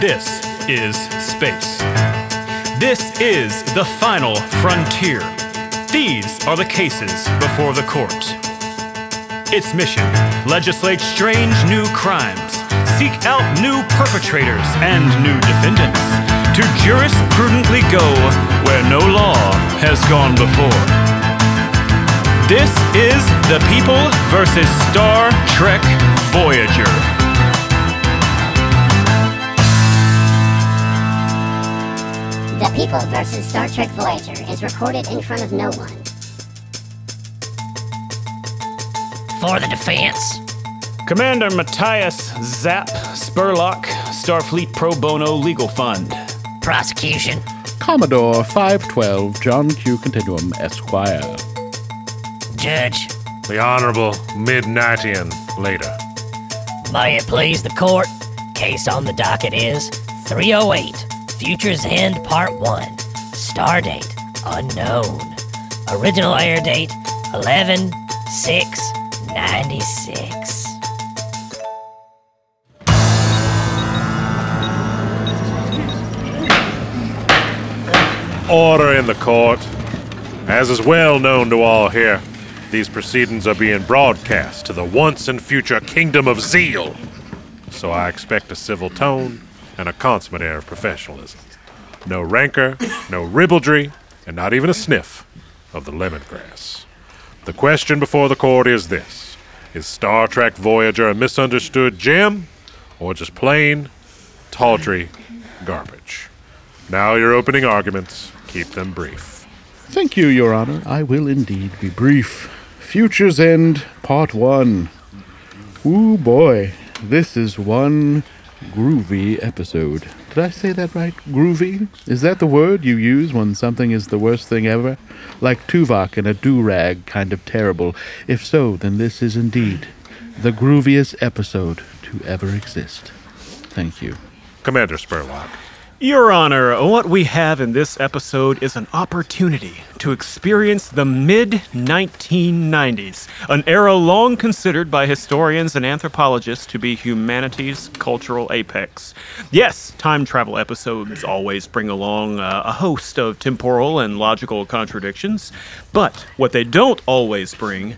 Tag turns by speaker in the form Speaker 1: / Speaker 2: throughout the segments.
Speaker 1: This is space. This is the final frontier. These are the cases before the court. Its mission legislate strange new crimes, seek out new perpetrators and new defendants, to jurisprudently go where no law has gone before. This is The People versus Star Trek Voyager.
Speaker 2: The People versus Star Trek Voyager is recorded in front of no one.
Speaker 3: For the defense.
Speaker 1: Commander Matthias Zapp Spurlock, Starfleet Pro Bono Legal Fund.
Speaker 3: Prosecution.
Speaker 4: Commodore 512 John Q. Continuum, Esquire.
Speaker 3: Judge.
Speaker 5: The Honorable Midnightian later.
Speaker 3: May it please the court. Case on the docket is 308 Futures End Part 1. Stardate unknown. Original air date 11 6 96.
Speaker 5: Order in the court. As is well known to all here, these proceedings are being broadcast to the once and future Kingdom of Zeal. So I expect a civil tone and a consummate air of professionalism. No rancor, no ribaldry, and not even a sniff of the lemongrass. The question before the court is this Is Star Trek Voyager a misunderstood gem, or just plain, tawdry garbage? Now your opening arguments, keep them brief.
Speaker 4: Thank you, Your Honor. I will indeed be brief. Futures End, Part 1. Ooh boy, this is one groovy episode. Did I say that right? Groovy? Is that the word you use when something is the worst thing ever? Like Tuvok and a do rag, kind of terrible. If so, then this is indeed the grooviest episode to ever exist. Thank you.
Speaker 5: Commander Spurlock,
Speaker 1: Your Honor, what we have in this episode is an opportunity to experience the mid 1990s, an era long considered by historians and anthropologists to be humanity's cultural apex. Yes, time travel episodes always bring along uh, a host of temporal and logical contradictions, but what they don't always bring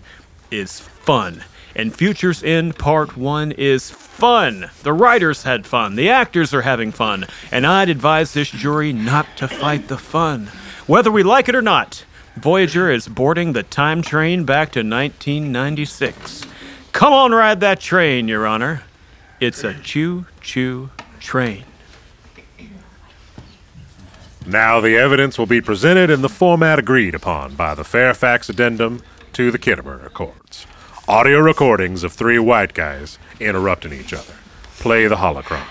Speaker 1: is fun. And Futures End Part 1 is fun. The writers had fun. The actors are having fun. And I'd advise this jury not to fight the fun. Whether we like it or not, Voyager is boarding the time train back to 1996. Come on, ride that train, Your Honor. It's a choo choo train.
Speaker 5: now the evidence will be presented in the format agreed upon by the Fairfax Addendum to the Kittimer Accords. Audio recordings of three white guys interrupting each other. Play the holocron.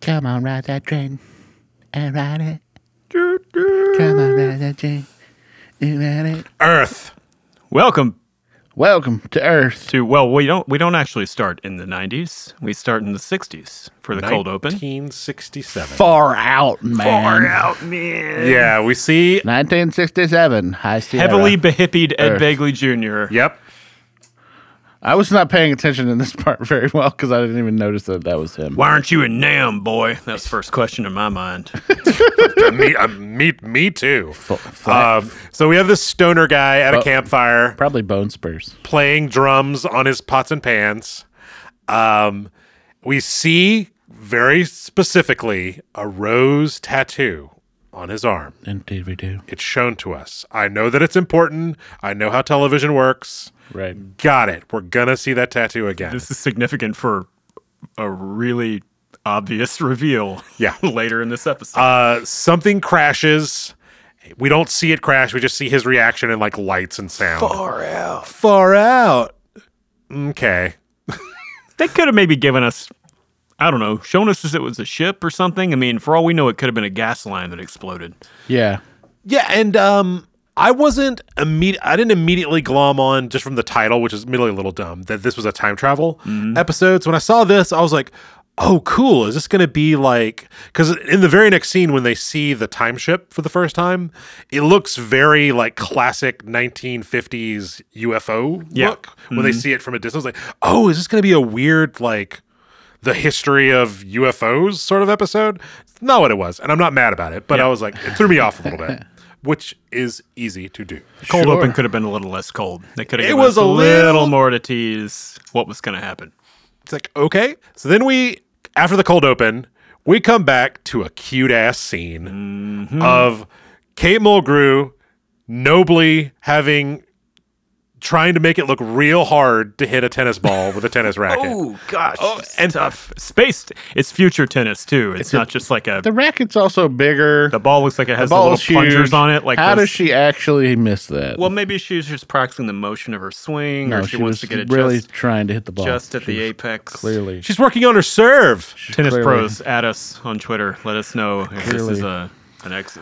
Speaker 6: Come on, ride that train and ride it. Come on, ride that train and ride it.
Speaker 5: Earth!
Speaker 1: Welcome
Speaker 4: Welcome to Earth.
Speaker 1: to well, we don't we don't actually start in the 90s. We start in the 60s for the cold open.
Speaker 5: 1967.
Speaker 4: Far out, man. Far out.
Speaker 5: Yeah, we see.
Speaker 4: 1967. High Sierra.
Speaker 1: Heavily behippied Ed
Speaker 4: Earth.
Speaker 1: Begley Jr.
Speaker 5: Yep.
Speaker 4: I was not paying attention in this part very well because I didn't even notice that that was him.
Speaker 1: Why aren't you in Nam, boy? That's the first question in my mind.
Speaker 5: me, uh, me, me too.
Speaker 7: uh,
Speaker 4: flat-
Speaker 5: Um, so we have this stoner guy at a
Speaker 4: Well-
Speaker 5: campfire
Speaker 4: Probably bone spurs.
Speaker 5: playing drums on his pots and pans. Um, we see very specifically a rose tattoo on his arm.
Speaker 4: Indeed, we do.
Speaker 5: It's shown to us. I know that it's important. I know how television works.
Speaker 4: Right.
Speaker 5: Got it. We're gonna see that tattoo again.
Speaker 1: This is significant for a really obvious reveal.
Speaker 5: Yeah.
Speaker 1: later in this episode.
Speaker 5: Uh, something crashes. We don't see it crash. We just see his reaction and like lights and sound. Far out. Far out. Okay.
Speaker 1: they could have maybe given us, I don't know, shown us as it was a ship or something. I mean, for all we know, it could have been a gas line that exploded.
Speaker 4: Yeah.
Speaker 5: Yeah, and um, I wasn't immediate. I didn't immediately glom on just from the title, which is admittedly a little dumb, that this was a time travel episode. So when I saw this, I was like, oh, cool. Is this going to be like. Because in the very next scene, when they see the time ship for the first time, it looks very like classic 1950s UFO
Speaker 7: Yeah.
Speaker 5: look when they see it from a distance. Like, oh, is this going to be a weird, like, the history of UFOs sort of episode? It's not what it was. And I'm not mad about it, but I was like, it threw me off a little bit, which is easy to do.
Speaker 7: Cold
Speaker 4: Sure.
Speaker 7: open could have been a little less cold. They could have
Speaker 5: It
Speaker 7: given
Speaker 5: was
Speaker 7: us
Speaker 5: a
Speaker 7: a little,
Speaker 5: little-
Speaker 7: more to tease what was going to happen.
Speaker 5: It's like, okay. So then we, after the cold open, we come back to a cute ass scene of Kate Mulgrew nobly having, trying to make it look real hard to hit a tennis ball with a tennis racket.
Speaker 7: gosh,
Speaker 4: Oh,
Speaker 7: and tough. Spaced. It's future tennis too. It's, not just like a.
Speaker 4: The racket's also bigger.
Speaker 7: The ball looks like it has the little
Speaker 4: ball's
Speaker 7: plungers
Speaker 4: huge.
Speaker 7: on it. Like
Speaker 4: how
Speaker 7: those-
Speaker 4: does she actually miss that?
Speaker 7: Well, maybe she's just practicing the motion of her swing,
Speaker 4: no,
Speaker 7: or
Speaker 4: she,
Speaker 7: she,
Speaker 4: was
Speaker 7: wants to get it
Speaker 4: really
Speaker 7: just,
Speaker 4: trying to hit the ball.
Speaker 7: just at
Speaker 4: She
Speaker 7: the
Speaker 4: was
Speaker 7: apex.
Speaker 4: Clearly,
Speaker 5: She's working on her serve.
Speaker 7: Tennis
Speaker 4: Clearly.
Speaker 7: pros at us on Twitter. Let us know if this
Speaker 4: Clearly.
Speaker 7: is a an ex-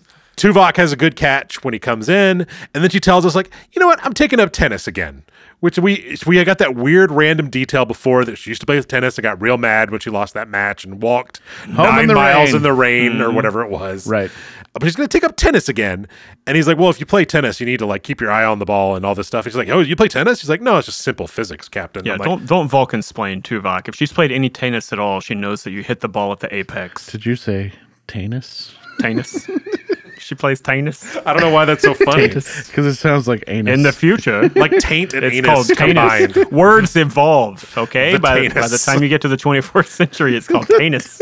Speaker 5: Uh, Tuvok has a good catch when he comes in, and then she tells us like, you know what, I'm taking up tennis again. Which we we got that weird random detail before that she used to play tennis and got real mad when she lost that match and walked nine
Speaker 4: in the
Speaker 5: miles
Speaker 4: rain.
Speaker 5: in the rain or whatever it was. Uh,
Speaker 4: Right.
Speaker 5: But she's gonna take up tennis again, and he's like, well, if you play tennis, you need to like keep your eye on the ball and all this stuff. He's like, oh, you play tennis? He's like, no, it's just simple physics, Captain.
Speaker 7: yeah,
Speaker 5: I'm like,
Speaker 7: don't don't Vulcan explain Tuvok. If she's played any tennis at all, she knows that you hit the ball at the apex.
Speaker 4: Did you say anus?
Speaker 7: Tennis. she plays tennis.
Speaker 5: I don't know why that's so funny.
Speaker 4: Because it sounds like anus.
Speaker 7: In the future,
Speaker 5: like taint and
Speaker 7: it's
Speaker 5: anus
Speaker 7: called
Speaker 5: combined.
Speaker 7: tennis. Words evolve. Okay,
Speaker 5: The
Speaker 7: by, by the
Speaker 5: tennis.
Speaker 7: time you get to the 24th century, it's called tennis.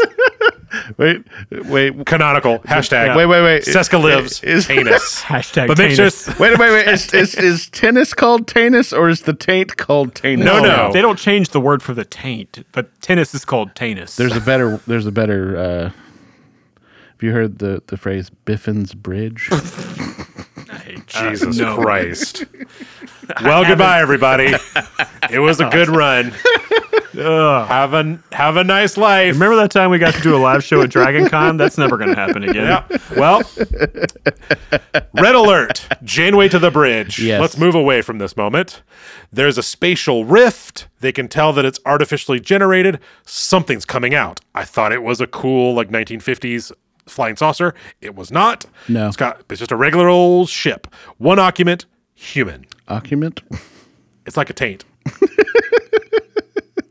Speaker 4: wait, wait, wait,
Speaker 5: Canonical hashtag.
Speaker 4: wait, wait.
Speaker 5: Seska lives
Speaker 4: Is-
Speaker 5: anus.
Speaker 7: Hashtag
Speaker 5: But make sure
Speaker 7: tennis.
Speaker 5: it's-
Speaker 4: Wait, wait, wait. Is, is, is tennis called tennis or is the taint called tennis?
Speaker 5: No, Oh, no.
Speaker 7: oh, They don't change the word for the taint, but tennis is called tennis.
Speaker 4: There's a better. There's a better. Uh, have you heard the the phrase Biffin's Bridge?
Speaker 5: Jesus
Speaker 7: no.
Speaker 5: Christ. well, goodbye, everybody. It was a good run. have a have a nice life.
Speaker 7: Remember that time we got to do a live show at Dragon Con? That's never going to happen again.
Speaker 5: Yeah. Well, red alert. Janeway to the bridge.
Speaker 4: Yes.
Speaker 5: Let's move away from this moment. There's a spatial rift. They can tell that it's artificially generated. Something's coming out. I thought it was a cool like 1950s flying saucer. It was not.
Speaker 4: No.
Speaker 5: It's got it's just a regular old ship. One occupant, human.
Speaker 4: Occupant.
Speaker 5: It's like a taint.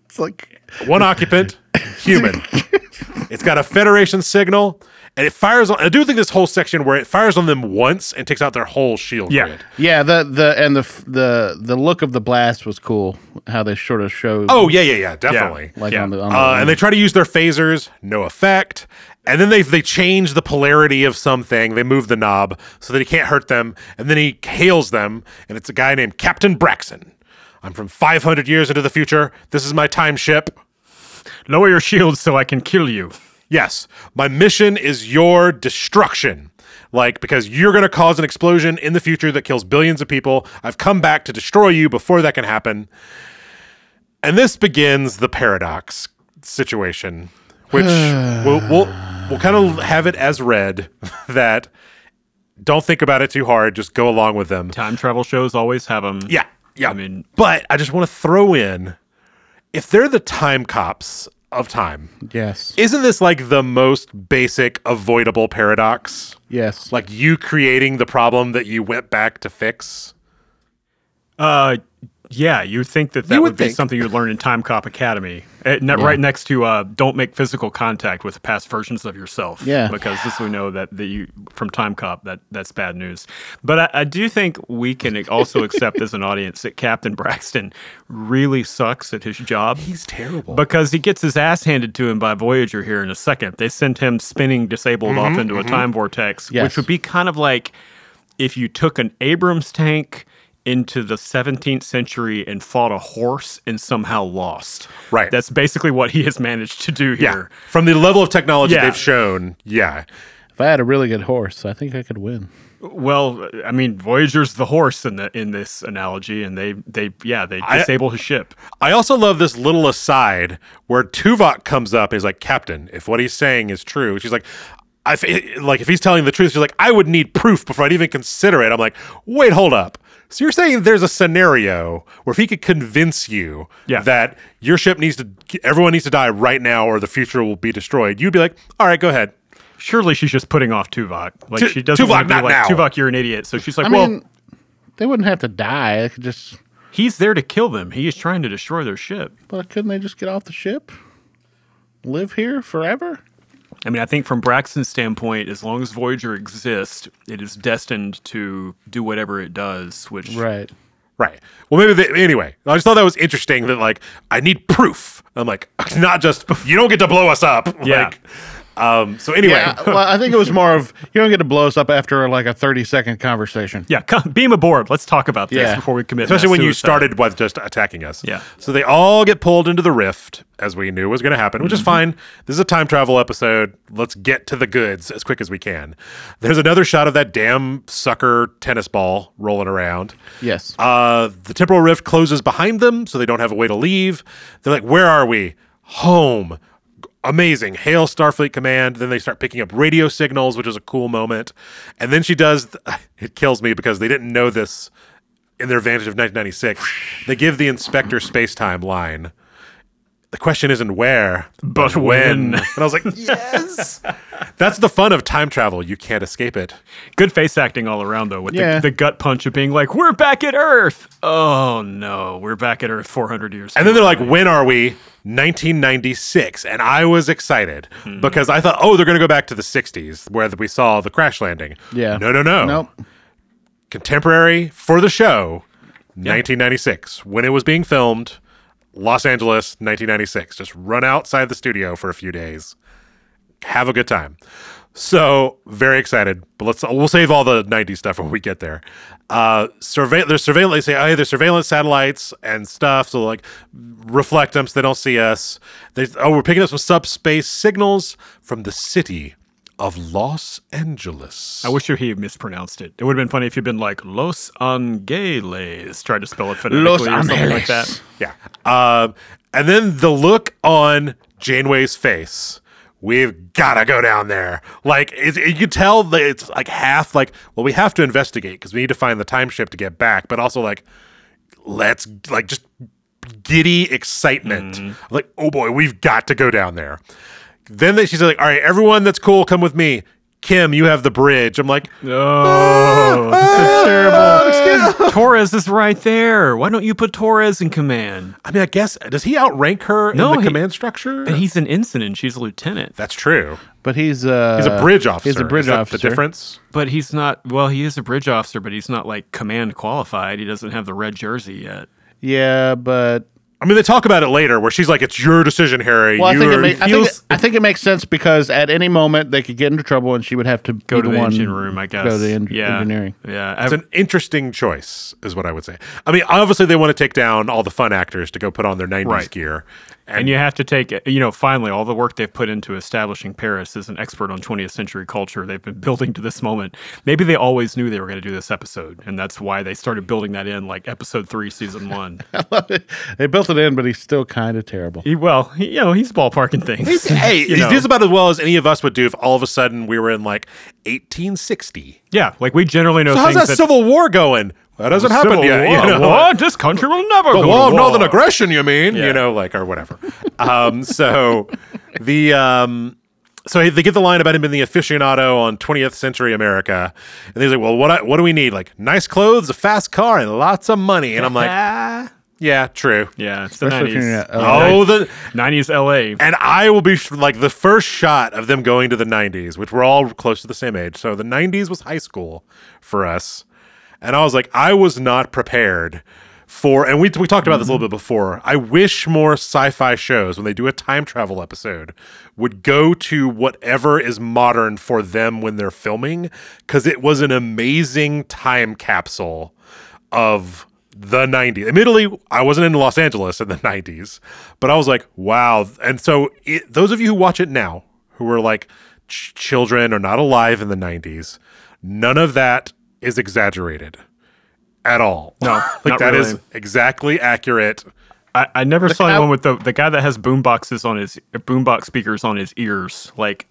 Speaker 4: It's like
Speaker 5: One occupant, human. It's got a Federation signal, and it fires on. I do think this whole section where it fires on them once and takes out their whole shield
Speaker 7: Yeah.
Speaker 5: grid.
Speaker 4: yeah. The the and the f- the the look of the blast was cool. How they sort of showed.
Speaker 5: Oh yeah, yeah, yeah, definitely.
Speaker 4: like
Speaker 7: yeah.
Speaker 4: on the on the.
Speaker 5: Uh, and they try to use their phasers, no effect. And then they they change the polarity of something. They move the knob so that he can't hurt them. And then he hails them, and it's a guy named Captain Braxton. I'm from 500 years into the future. This is my time ship.
Speaker 7: Lower your shields so I can kill you.
Speaker 5: Yes, my mission is your destruction. Like, because you're going to cause an explosion in the future that kills billions of people. I've come back to destroy you before that can happen. And this begins the paradox situation, which we'll, we'll, we'll kind of have it as read that don't think about it too hard, just go along with them.
Speaker 7: Time travel shows always have them.
Speaker 5: Yeah, yeah.
Speaker 7: I mean-
Speaker 5: but I just want to throw in if they're the time cops of time,
Speaker 4: yes,
Speaker 5: isn't this like the most basic avoidable paradox?
Speaker 4: yes.
Speaker 5: Like you creating the problem that you went back to fix?
Speaker 7: Uh, yeah, you think that that
Speaker 5: You
Speaker 7: would,
Speaker 5: would
Speaker 7: be
Speaker 5: think.
Speaker 7: something you'd learn in Time Cop Academy, Eh, ne- right next to uh, "Don't make physical contact with past versions of yourself."
Speaker 4: Yeah.
Speaker 7: because this we know that, that you from Time Cop that that's bad news. But I, I do think we can also accept as an audience that Captain Braxton really sucks at his job.
Speaker 5: He's terrible.
Speaker 7: because he gets his ass handed to him by Voyager here in a second. They send him spinning disabled off
Speaker 5: Mm-hmm,
Speaker 7: into a time vortex,
Speaker 4: Yes.
Speaker 7: which would be kind of like if you took an Abrams tank into the 17th century and fought a horse and somehow lost.
Speaker 5: Right.
Speaker 7: That's basically what he has managed to do
Speaker 5: yeah.
Speaker 7: here.
Speaker 5: From the level of technology
Speaker 7: Yeah.
Speaker 5: they've shown, yeah.
Speaker 4: If I had a really good horse, I think I could win.
Speaker 7: Well, I mean, Voyager's the horse in the in this analogy and they they yeah, they disable his ship.
Speaker 5: I also love this little aside where Tuvok comes up. He's like, "Captain, if what he's saying is true," she's like, I f- like if he's telling the truth, she's like, "I would need proof before I'd even consider it." I'm like, "Wait, hold up." So you're saying there's a scenario where if he could convince you
Speaker 7: Yeah.
Speaker 5: that your ship needs to, everyone needs to die right now, or the future will be destroyed, you'd be like, "All right, go ahead."
Speaker 7: Surely she's just putting off Tuvok. Like
Speaker 5: Tu-
Speaker 7: she doesn't
Speaker 5: Tuvok,
Speaker 7: want to be
Speaker 5: not
Speaker 7: like
Speaker 5: now.
Speaker 7: Tuvok, you're an idiot. So she's like,
Speaker 4: I
Speaker 7: well,
Speaker 4: mean, they wouldn't have to die. They could just.
Speaker 7: he's there to kill them. He is trying to destroy their ship.
Speaker 4: But couldn't they just get off the ship? Live here forever?
Speaker 7: I mean, I think from Braxton's standpoint, as long as Voyager exists, it is destined to do whatever it does, which
Speaker 4: Right.
Speaker 5: Right. Well, maybe they, anyway. I just thought that was interesting. That like, I need proof. I'm like, not just you don't get to blow us up.
Speaker 7: Yeah.
Speaker 5: Like, um. So anyway,
Speaker 4: Yeah, well, I think it was more of you don't get to blow us up after like a thirty second conversation.
Speaker 7: Yeah, come, beam aboard. Let's talk about this
Speaker 4: Yeah.
Speaker 7: before we commit.
Speaker 5: especially
Speaker 7: mass
Speaker 5: when you
Speaker 7: suicide.
Speaker 5: started with just attacking us.
Speaker 7: Yeah.
Speaker 5: So they all get pulled into the rift, as we knew was going to happen, which is
Speaker 7: Mm-hmm.
Speaker 5: fine. This is a time travel episode. Let's get to the goods as quick as we can. There's another shot of that damn sucker tennis ball rolling around.
Speaker 4: Yes.
Speaker 5: Uh, the temporal rift closes behind them, so they don't have a way to leave. They're like, "Where are we? Home." G- Amazing. Hail Starfleet Command. Then they start picking up radio signals, which is a cool moment. And then she does, th- it kills me because they didn't know this in their advantage of 1996. They give the inspector space time line. The question isn't where,
Speaker 7: But when.
Speaker 5: And I was like, yes. That's the fun of time travel. You can't escape it.
Speaker 7: Good face acting all around though, with
Speaker 4: Yeah.
Speaker 7: the, the gut punch of being like, "We're back at Earth." Oh no, we're back at Earth 400 years.
Speaker 5: And then they're like, when are we? 1996. And I was excited
Speaker 4: Hmm.
Speaker 5: because I thought, oh, they're going to go back to the 60s where we saw the crash landing.
Speaker 4: Yeah.
Speaker 5: No, no, no.
Speaker 4: Nope.
Speaker 5: Contemporary for the show, 1996. When it was being filmed, Los Angeles, 1996. Just run outside the studio for a few days. Have a good time. So very excited, but let's we'll save all the '90s stuff when we get there. Uh, survey there's surveillance. They say, oh, yeah, there's surveillance satellites and stuff. So like, reflect them so they don't see us. They oh, we're picking up some subspace signals from the city of Los Angeles.
Speaker 7: I wish you he mispronounced it. It would have been funny if you'd been like Los Angeles, tried to spell it phonetically or something like that.
Speaker 5: Yeah. Um, and then the look on Janeway's face. We've gotta go down there. Like it, it- you can tell that it's like half like well we have to investigate because we need to find the time ship to get back, but also like let's like just giddy excitement.
Speaker 7: Mm-hmm.
Speaker 5: Like oh boy, we've got to go down there. Then they, she's like, all right, everyone that's cool, come with me. Kim, you have the bridge. I'm like,
Speaker 7: Oh, terrible! Torres is right there. Why don't you put Torres in command?
Speaker 5: I mean, I guess does he outrank her
Speaker 7: No,
Speaker 5: in the
Speaker 7: he-
Speaker 5: command structure?
Speaker 7: And he's an ensign and she's a lieutenant.
Speaker 5: that's true.
Speaker 4: But he's uh
Speaker 5: He's a bridge officer.
Speaker 4: He's a bridge
Speaker 5: Is that
Speaker 4: officer.
Speaker 5: The difference.
Speaker 7: But he's not. Well, he is a bridge officer, but he's not like command qualified. He doesn't have the red jersey yet.
Speaker 4: Yeah, but
Speaker 5: I mean, they talk about it later, where she's like, "It's your decision, Harry."
Speaker 4: well, I
Speaker 5: you
Speaker 4: think, it
Speaker 5: are-
Speaker 4: ma- I, think
Speaker 5: feels-
Speaker 4: it, I think it makes sense because at any moment they could get into trouble and she would have to
Speaker 7: Go
Speaker 4: be
Speaker 7: to
Speaker 4: the,
Speaker 7: the,
Speaker 4: one
Speaker 7: engine room, I guess.
Speaker 4: Go to the en-
Speaker 7: yeah.
Speaker 4: engineering.
Speaker 7: Yeah,
Speaker 5: it's
Speaker 7: I've-
Speaker 5: an interesting choice, is what I would say. I mean, obviously, they want to take down all the fun actors to go put on their '90s
Speaker 7: Right.
Speaker 5: gear,
Speaker 7: and you have to take it. You know, finally, all the work they've put into establishing Paris as an expert on 20th century culture they've been building to this moment. Maybe they always knew they were going to do this episode, and that's why they started building that in, like episode three, season one.
Speaker 4: they built it in, but he's still kind of terrible.
Speaker 7: he, well, he, you know, he's ballparking things.
Speaker 5: hey,
Speaker 7: You
Speaker 5: he
Speaker 7: know.
Speaker 5: does about as well as any of us would do if all of a sudden we were in like 1860.
Speaker 7: yeah, like we generally know
Speaker 5: So how's
Speaker 7: things
Speaker 5: that, Civil War going? That hasn't happened
Speaker 7: Civil
Speaker 5: yet. you
Speaker 7: War,
Speaker 5: know?
Speaker 7: what? This country will never
Speaker 5: the
Speaker 7: go
Speaker 5: wall
Speaker 7: to
Speaker 5: of
Speaker 7: war.
Speaker 5: northern aggression you mean
Speaker 7: Yeah.
Speaker 5: you know like or whatever um so the um so they get the line about him being the aficionado on 20th century America, and he's like, "Well, what I, what do we need? Like nice clothes, a fast car, and lots of money." And I'm like, "Yeah, true."
Speaker 7: Yeah, it's the
Speaker 4: Especially if you're
Speaker 7: 90s.
Speaker 4: in LA.
Speaker 5: Oh, the
Speaker 7: 90s LA.
Speaker 5: and I will be like the first shot of them going to the 90s, which we're all close to the same age. So the 90s was high school for us. And I was like, I was not prepared for, and we, we talked about this a little bit before. I wish more sci fi shows, when they do a time travel episode, would go to whatever is modern for them when they're filming, because it was an amazing time capsule of the 90s. Admittedly, I wasn't in Los Angeles in the 90s, but I was like, wow. And so, it, those of you who watch it now, who were like ch- children or not alive in the 90s, none of that is exaggerated at all. No, like
Speaker 7: not
Speaker 5: that is
Speaker 7: really.
Speaker 5: exactly accurate.
Speaker 7: I, I never saw
Speaker 4: cow-
Speaker 7: anyone with the the guy that has boom boxes on his boombox speakers on his ears. Like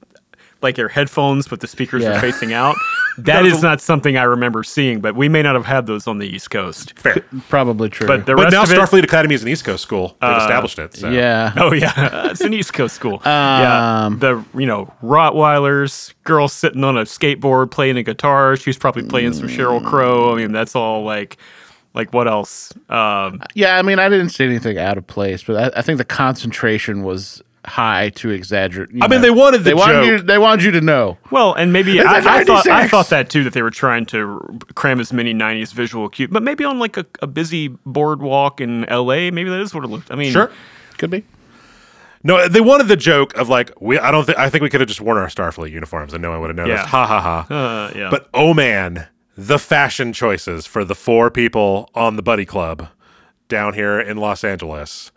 Speaker 7: like your headphones, but the speakers are
Speaker 4: Yeah.
Speaker 7: facing out. That is not something I remember seeing, but we may not have had those on the East Coast.
Speaker 5: Fair.
Speaker 4: Probably true.
Speaker 7: But the
Speaker 5: But
Speaker 7: rest
Speaker 5: now
Speaker 7: of it,
Speaker 5: Starfleet Academy is an East Coast school. They've established it. So.
Speaker 4: yeah.
Speaker 7: Oh yeah, it's an East Coast school. yeah,
Speaker 4: Um,
Speaker 7: the you know Rottweilers, girl sitting on a skateboard playing a guitar. She was probably playing some Cheryl Crow. I mean, that's all like, like what else? Um,
Speaker 4: Yeah, I mean, I didn't see anything out of place, but I, I think the concentration was high to exaggerate. you
Speaker 5: I mean,
Speaker 4: know.
Speaker 5: they wanted the
Speaker 4: they wanted you.
Speaker 5: joke.
Speaker 4: They wanted you to know.
Speaker 7: well, and maybe I,
Speaker 4: like
Speaker 7: I thought I
Speaker 4: 96.
Speaker 7: thought that too that they were trying to cram as many '90s visual cues, but maybe on like a, a busy boardwalk in LA, maybe that is what it looked. I mean,
Speaker 5: Sure.
Speaker 4: Hmm. Could be.
Speaker 5: No, they wanted the joke of like we. I don't think. I think we could have just worn our Starfleet uniforms and no one would have noticed.
Speaker 7: Yeah.
Speaker 5: Ha ha ha.
Speaker 7: uh, yeah,
Speaker 5: But oh man, the fashion choices for the four people on the Buddy Club down here in Los Angeles.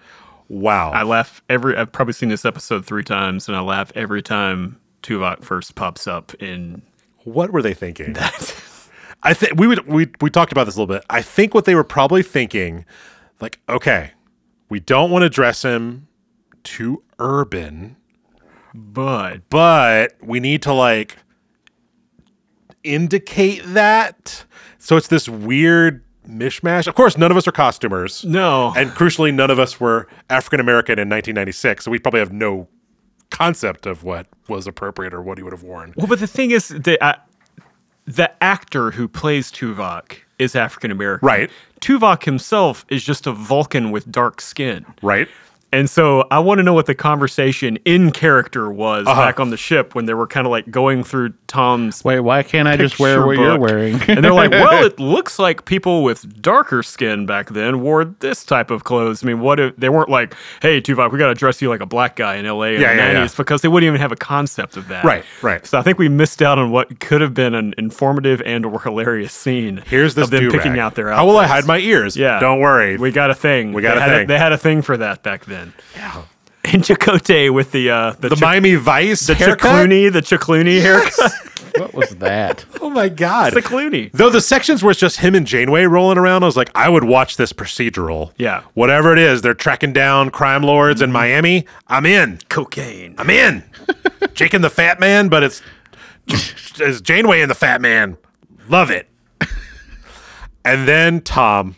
Speaker 5: Wow.
Speaker 7: I laugh every. I've probably seen this episode three times, and I laugh every time Tuvok first pops up in.
Speaker 5: what were they thinking? I think we would we we talked about this a little bit. I think what they were probably thinking, like, okay, we don't want to dress him too urban,
Speaker 7: But
Speaker 5: but we need to like indicate that. So it's this weird mishmash. Of course, none of us are costumers.
Speaker 7: no,
Speaker 5: And crucially, none of us were African American in 1996, so we probably have no concept of what was appropriate or what he would have worn.
Speaker 7: Well, but the thing is, the uh, the actor who plays Tuvok is African American.
Speaker 5: Right.
Speaker 7: Tuvok himself is just a Vulcan with dark skin.
Speaker 5: Right?
Speaker 7: And so I want to know what the conversation in character was
Speaker 5: Uh-huh.
Speaker 7: back on the ship when they were kind of like going through Tom's.
Speaker 4: Wait, why can't I just wear
Speaker 7: picture
Speaker 4: what you're
Speaker 7: book.
Speaker 4: wearing?
Speaker 7: and they're like, well, it looks like people with darker skin back then wore this type of clothes. I mean, what if they weren't like, hey, Tuvok, we got to dress you like a black guy in LA in
Speaker 5: Yeah,
Speaker 7: the
Speaker 5: yeah,
Speaker 7: 90s
Speaker 5: yeah.
Speaker 7: because they wouldn't even have a concept of that.
Speaker 5: Right, right.
Speaker 7: So I think we missed out on what could have been an informative and or hilarious scene
Speaker 5: Here's this
Speaker 7: of them
Speaker 5: do-rag.
Speaker 7: picking out their outfits.
Speaker 5: How will I hide my ears?
Speaker 7: Yeah.
Speaker 5: Don't worry.
Speaker 7: We got a thing.
Speaker 5: We got
Speaker 7: they
Speaker 5: a
Speaker 7: had
Speaker 5: thing.
Speaker 7: they had a thing for that back then. Yeah. And Chakotay with the uh, the,
Speaker 5: the
Speaker 7: Ch-
Speaker 5: Miami Vice
Speaker 7: the
Speaker 5: haircut?
Speaker 7: Chaclooney, the Chaclooney haircut.
Speaker 4: what was that?
Speaker 5: Oh my god.
Speaker 7: the Clooney.
Speaker 5: Though the sections where it's just him and Janeway rolling around, I was like, I would watch this procedural.
Speaker 7: Yeah. Mm-hmm.
Speaker 5: Whatever it is, they're tracking down crime lords in Miami. I'm in.
Speaker 7: Cocaine.
Speaker 5: I'm in. Jake and the Fat Man, but it's, it's Janeway and the Fat Man. Love it. And then Tom,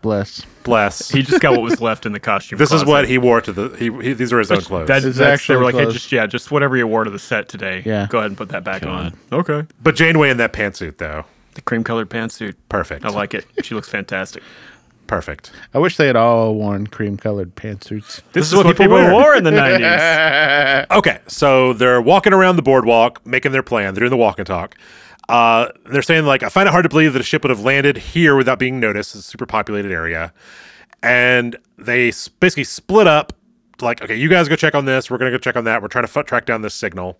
Speaker 4: Bless.
Speaker 5: bless.
Speaker 7: He just got what was left in the costume.
Speaker 5: this is
Speaker 7: closet.
Speaker 5: what he wore to the. He, he these are his own clothes.
Speaker 7: That
Speaker 4: His
Speaker 7: is actually they were
Speaker 4: actual
Speaker 7: like, hey,
Speaker 4: clothes.
Speaker 7: just yeah, just whatever you wore to the set today.
Speaker 4: Yeah.
Speaker 7: Go ahead and put that back on. Okay.
Speaker 5: but Janeway in that pantsuit, though,
Speaker 7: The cream colored pantsuit.
Speaker 5: perfect.
Speaker 7: I like it. She looks fantastic.
Speaker 5: Perfect.
Speaker 4: I wish they had all worn cream-colored pantsuits.
Speaker 7: This, is, what, people,
Speaker 5: wear.
Speaker 7: wore in the nineties.
Speaker 5: Okay, so they're walking around the boardwalk, making their plan. They're doing the walk and talk. Uh, they're saying like, I find it hard to believe that a ship would have landed here without being noticed. It's a super populated area, and they s- basically split up. Like, okay, you guys go check on this. We're gonna go check on that. We're trying to f- track down this signal.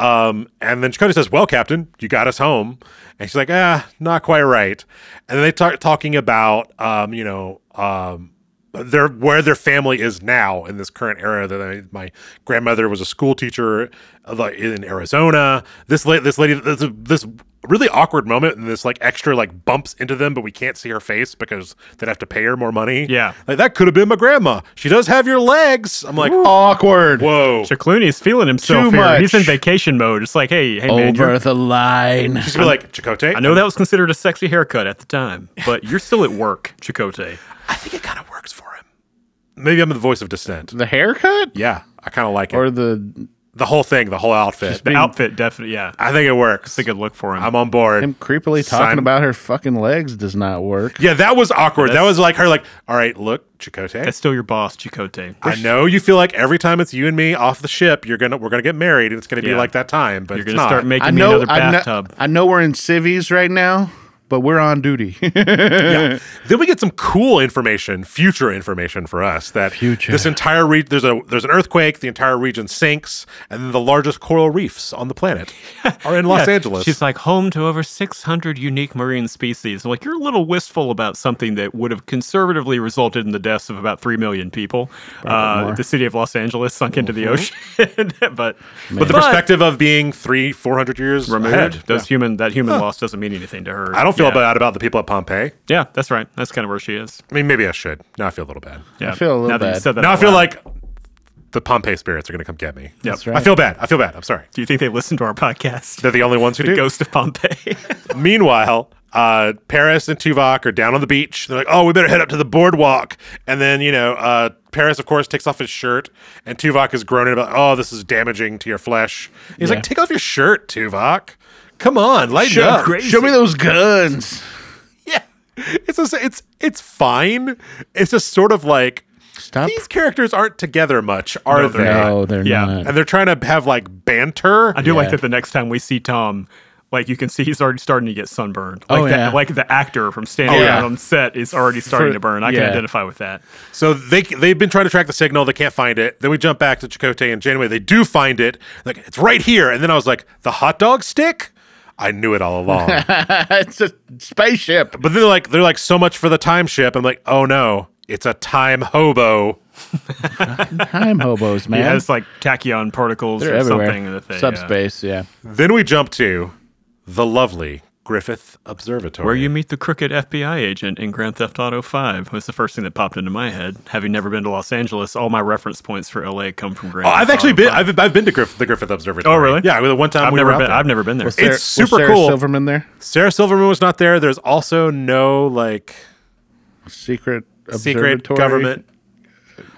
Speaker 5: Um, and then Chakotay says, "Well, Captain, you got us home." And she's like, "Ah, not quite right." And then they start talking about, um, you know, um, their where their family is now in this current era. That I, my grandmother was a school teacher uh, like, in Arizona. This la- this lady, this, this really awkward moment, and this like extra like bumps into them, but we can't see her face because they'd have to pay her more money.
Speaker 7: Yeah.
Speaker 5: like that could have been my grandma. She does have your legs. I'm like, oh,
Speaker 4: Awkward.
Speaker 5: whoa.
Speaker 7: Chaclooney's feeling himself
Speaker 4: Too
Speaker 7: here. He's in
Speaker 4: much.
Speaker 7: vacation mode. It's like, hey, hey man, you're-
Speaker 4: Over the line.
Speaker 5: She's gonna be like, Chakotay.
Speaker 7: I know that was considered a sexy haircut at the time, but you're still at work, Chakotay.
Speaker 5: I think it kind of works for him. Maybe I'm the voice of dissent.
Speaker 4: The haircut
Speaker 5: Yeah, I kind of like it.
Speaker 4: or the
Speaker 5: the whole thing, the whole outfit.
Speaker 7: The outfit definitely, yeah,
Speaker 5: I think it works.
Speaker 7: it's a good look for him.
Speaker 5: I'm on board.
Speaker 4: him creepily talking
Speaker 5: Simon-
Speaker 4: about her fucking legs does not work.
Speaker 5: yeah, that was awkward. That
Speaker 7: That's-
Speaker 5: was like her, like, all right, look, Chakotay.
Speaker 7: That's still your boss, Chakotay.
Speaker 5: I know you feel like every time it's you and me off the ship, you're gonna we're gonna get married, and it's gonna be
Speaker 7: Yeah.
Speaker 5: like that time. But
Speaker 7: You're
Speaker 5: it's
Speaker 7: gonna start
Speaker 5: not.
Speaker 7: making
Speaker 4: I
Speaker 7: me
Speaker 4: know.
Speaker 7: another
Speaker 4: I know,
Speaker 7: bathtub.
Speaker 4: I know we're in civvies right now, but we're on duty.
Speaker 5: Then we get some cool information, future information for us that
Speaker 4: Future.
Speaker 5: this entire region there's a there's an earthquake, the entire region sinks, and then the largest coral reefs on the planet are in Los
Speaker 7: Yeah.
Speaker 5: Angeles.
Speaker 7: She's like home to over 600 unique marine species. I'm like, you're a little wistful about something that would have conservatively resulted in the deaths of about 3 million people. Uh, the city of Los Angeles sunk into the ocean. but
Speaker 5: but Mm-hmm. the perspective of being three, four hundred years
Speaker 7: removed,
Speaker 5: ahead,
Speaker 7: those human, that human loss doesn't mean anything to her.
Speaker 5: I don't feel
Speaker 7: yeah.
Speaker 5: bad about the people at Pompeii.
Speaker 7: Yeah, that's right. That's kind of where she is.
Speaker 5: I mean, maybe I should. Now I feel a little bad.
Speaker 7: Yeah.
Speaker 4: feel a little
Speaker 7: now That you
Speaker 4: bad.
Speaker 7: said that
Speaker 5: Now I
Speaker 7: out
Speaker 5: feel
Speaker 7: loud.
Speaker 5: like the Pompeii spirits are going to come get me.
Speaker 7: That's
Speaker 5: I feel bad. I feel bad. I'm sorry.
Speaker 7: Do you think they listen to our podcast?
Speaker 5: They're the only ones who
Speaker 7: The
Speaker 5: do.
Speaker 7: Ghost of Pompeii.
Speaker 5: Meanwhile, uh, Paris and Tuvok are down on the beach. They're like, "Oh, we better head up to the boardwalk." And then you know, uh, Paris of course takes off his shirt, and Tuvok is groaning about, "Oh, this is damaging to your flesh." He's like, "Take off your shirt, Tuvok. Come on, lighten
Speaker 7: Show
Speaker 5: up."
Speaker 7: crazy.
Speaker 4: Show me those guns.
Speaker 5: Yeah, it's just, it's it's fine. It's just sort of like
Speaker 4: Stop.
Speaker 5: these characters aren't together much, are
Speaker 7: No,
Speaker 5: they?
Speaker 7: they're
Speaker 4: No, they're
Speaker 7: Yeah.
Speaker 4: not.
Speaker 5: And they're trying to have like banter.
Speaker 7: I do like
Speaker 4: Yeah.
Speaker 7: that the next time we see Tom, like you can see he's already starting to get sunburned. Like
Speaker 4: Oh,
Speaker 7: the,
Speaker 4: yeah.
Speaker 7: like the actor from standing
Speaker 5: Oh, yeah.
Speaker 7: out on set is already starting
Speaker 4: For-
Speaker 7: to burn. I can
Speaker 4: yeah.
Speaker 7: identify with that.
Speaker 5: So they they've been trying to track the signal. They can't find it. Then we jump back to Chakotay and Janeway. They do find it. Like it's right here. And then I was like, the hot dog stick. I knew it all along. but
Speaker 4: it's a spaceship.
Speaker 5: then they're like they're like so much for the time ship. I'm like, oh no, it's a time hobo.
Speaker 4: Time hobos, man.
Speaker 7: He has like tachyon particles
Speaker 4: they're
Speaker 7: or
Speaker 4: everywhere.
Speaker 7: something in the thing. yeah.
Speaker 4: Subspace, yeah.
Speaker 5: Then we jump to the lovely Griffith Observatory.
Speaker 7: Where you meet the crooked FBI agent in Grand Theft Auto 5 was the first thing that popped into my head. Having never been to Los Angeles, all my reference points for LA come from Grand.
Speaker 5: Oh, I've
Speaker 7: Theft
Speaker 5: actually
Speaker 7: Auto
Speaker 5: been.
Speaker 7: 5.
Speaker 5: I've, I've been to Griff, the Griffith Observatory.
Speaker 7: Oh, really?
Speaker 5: Yeah. The one time
Speaker 7: I've
Speaker 5: we
Speaker 7: never
Speaker 5: were out
Speaker 7: been.
Speaker 5: there.
Speaker 7: I've never been there.
Speaker 5: Sarah- was super Sarah cool.
Speaker 4: Silverman there.
Speaker 5: Sarah Silverman was not there. There's also no like
Speaker 4: Secret
Speaker 5: secret government.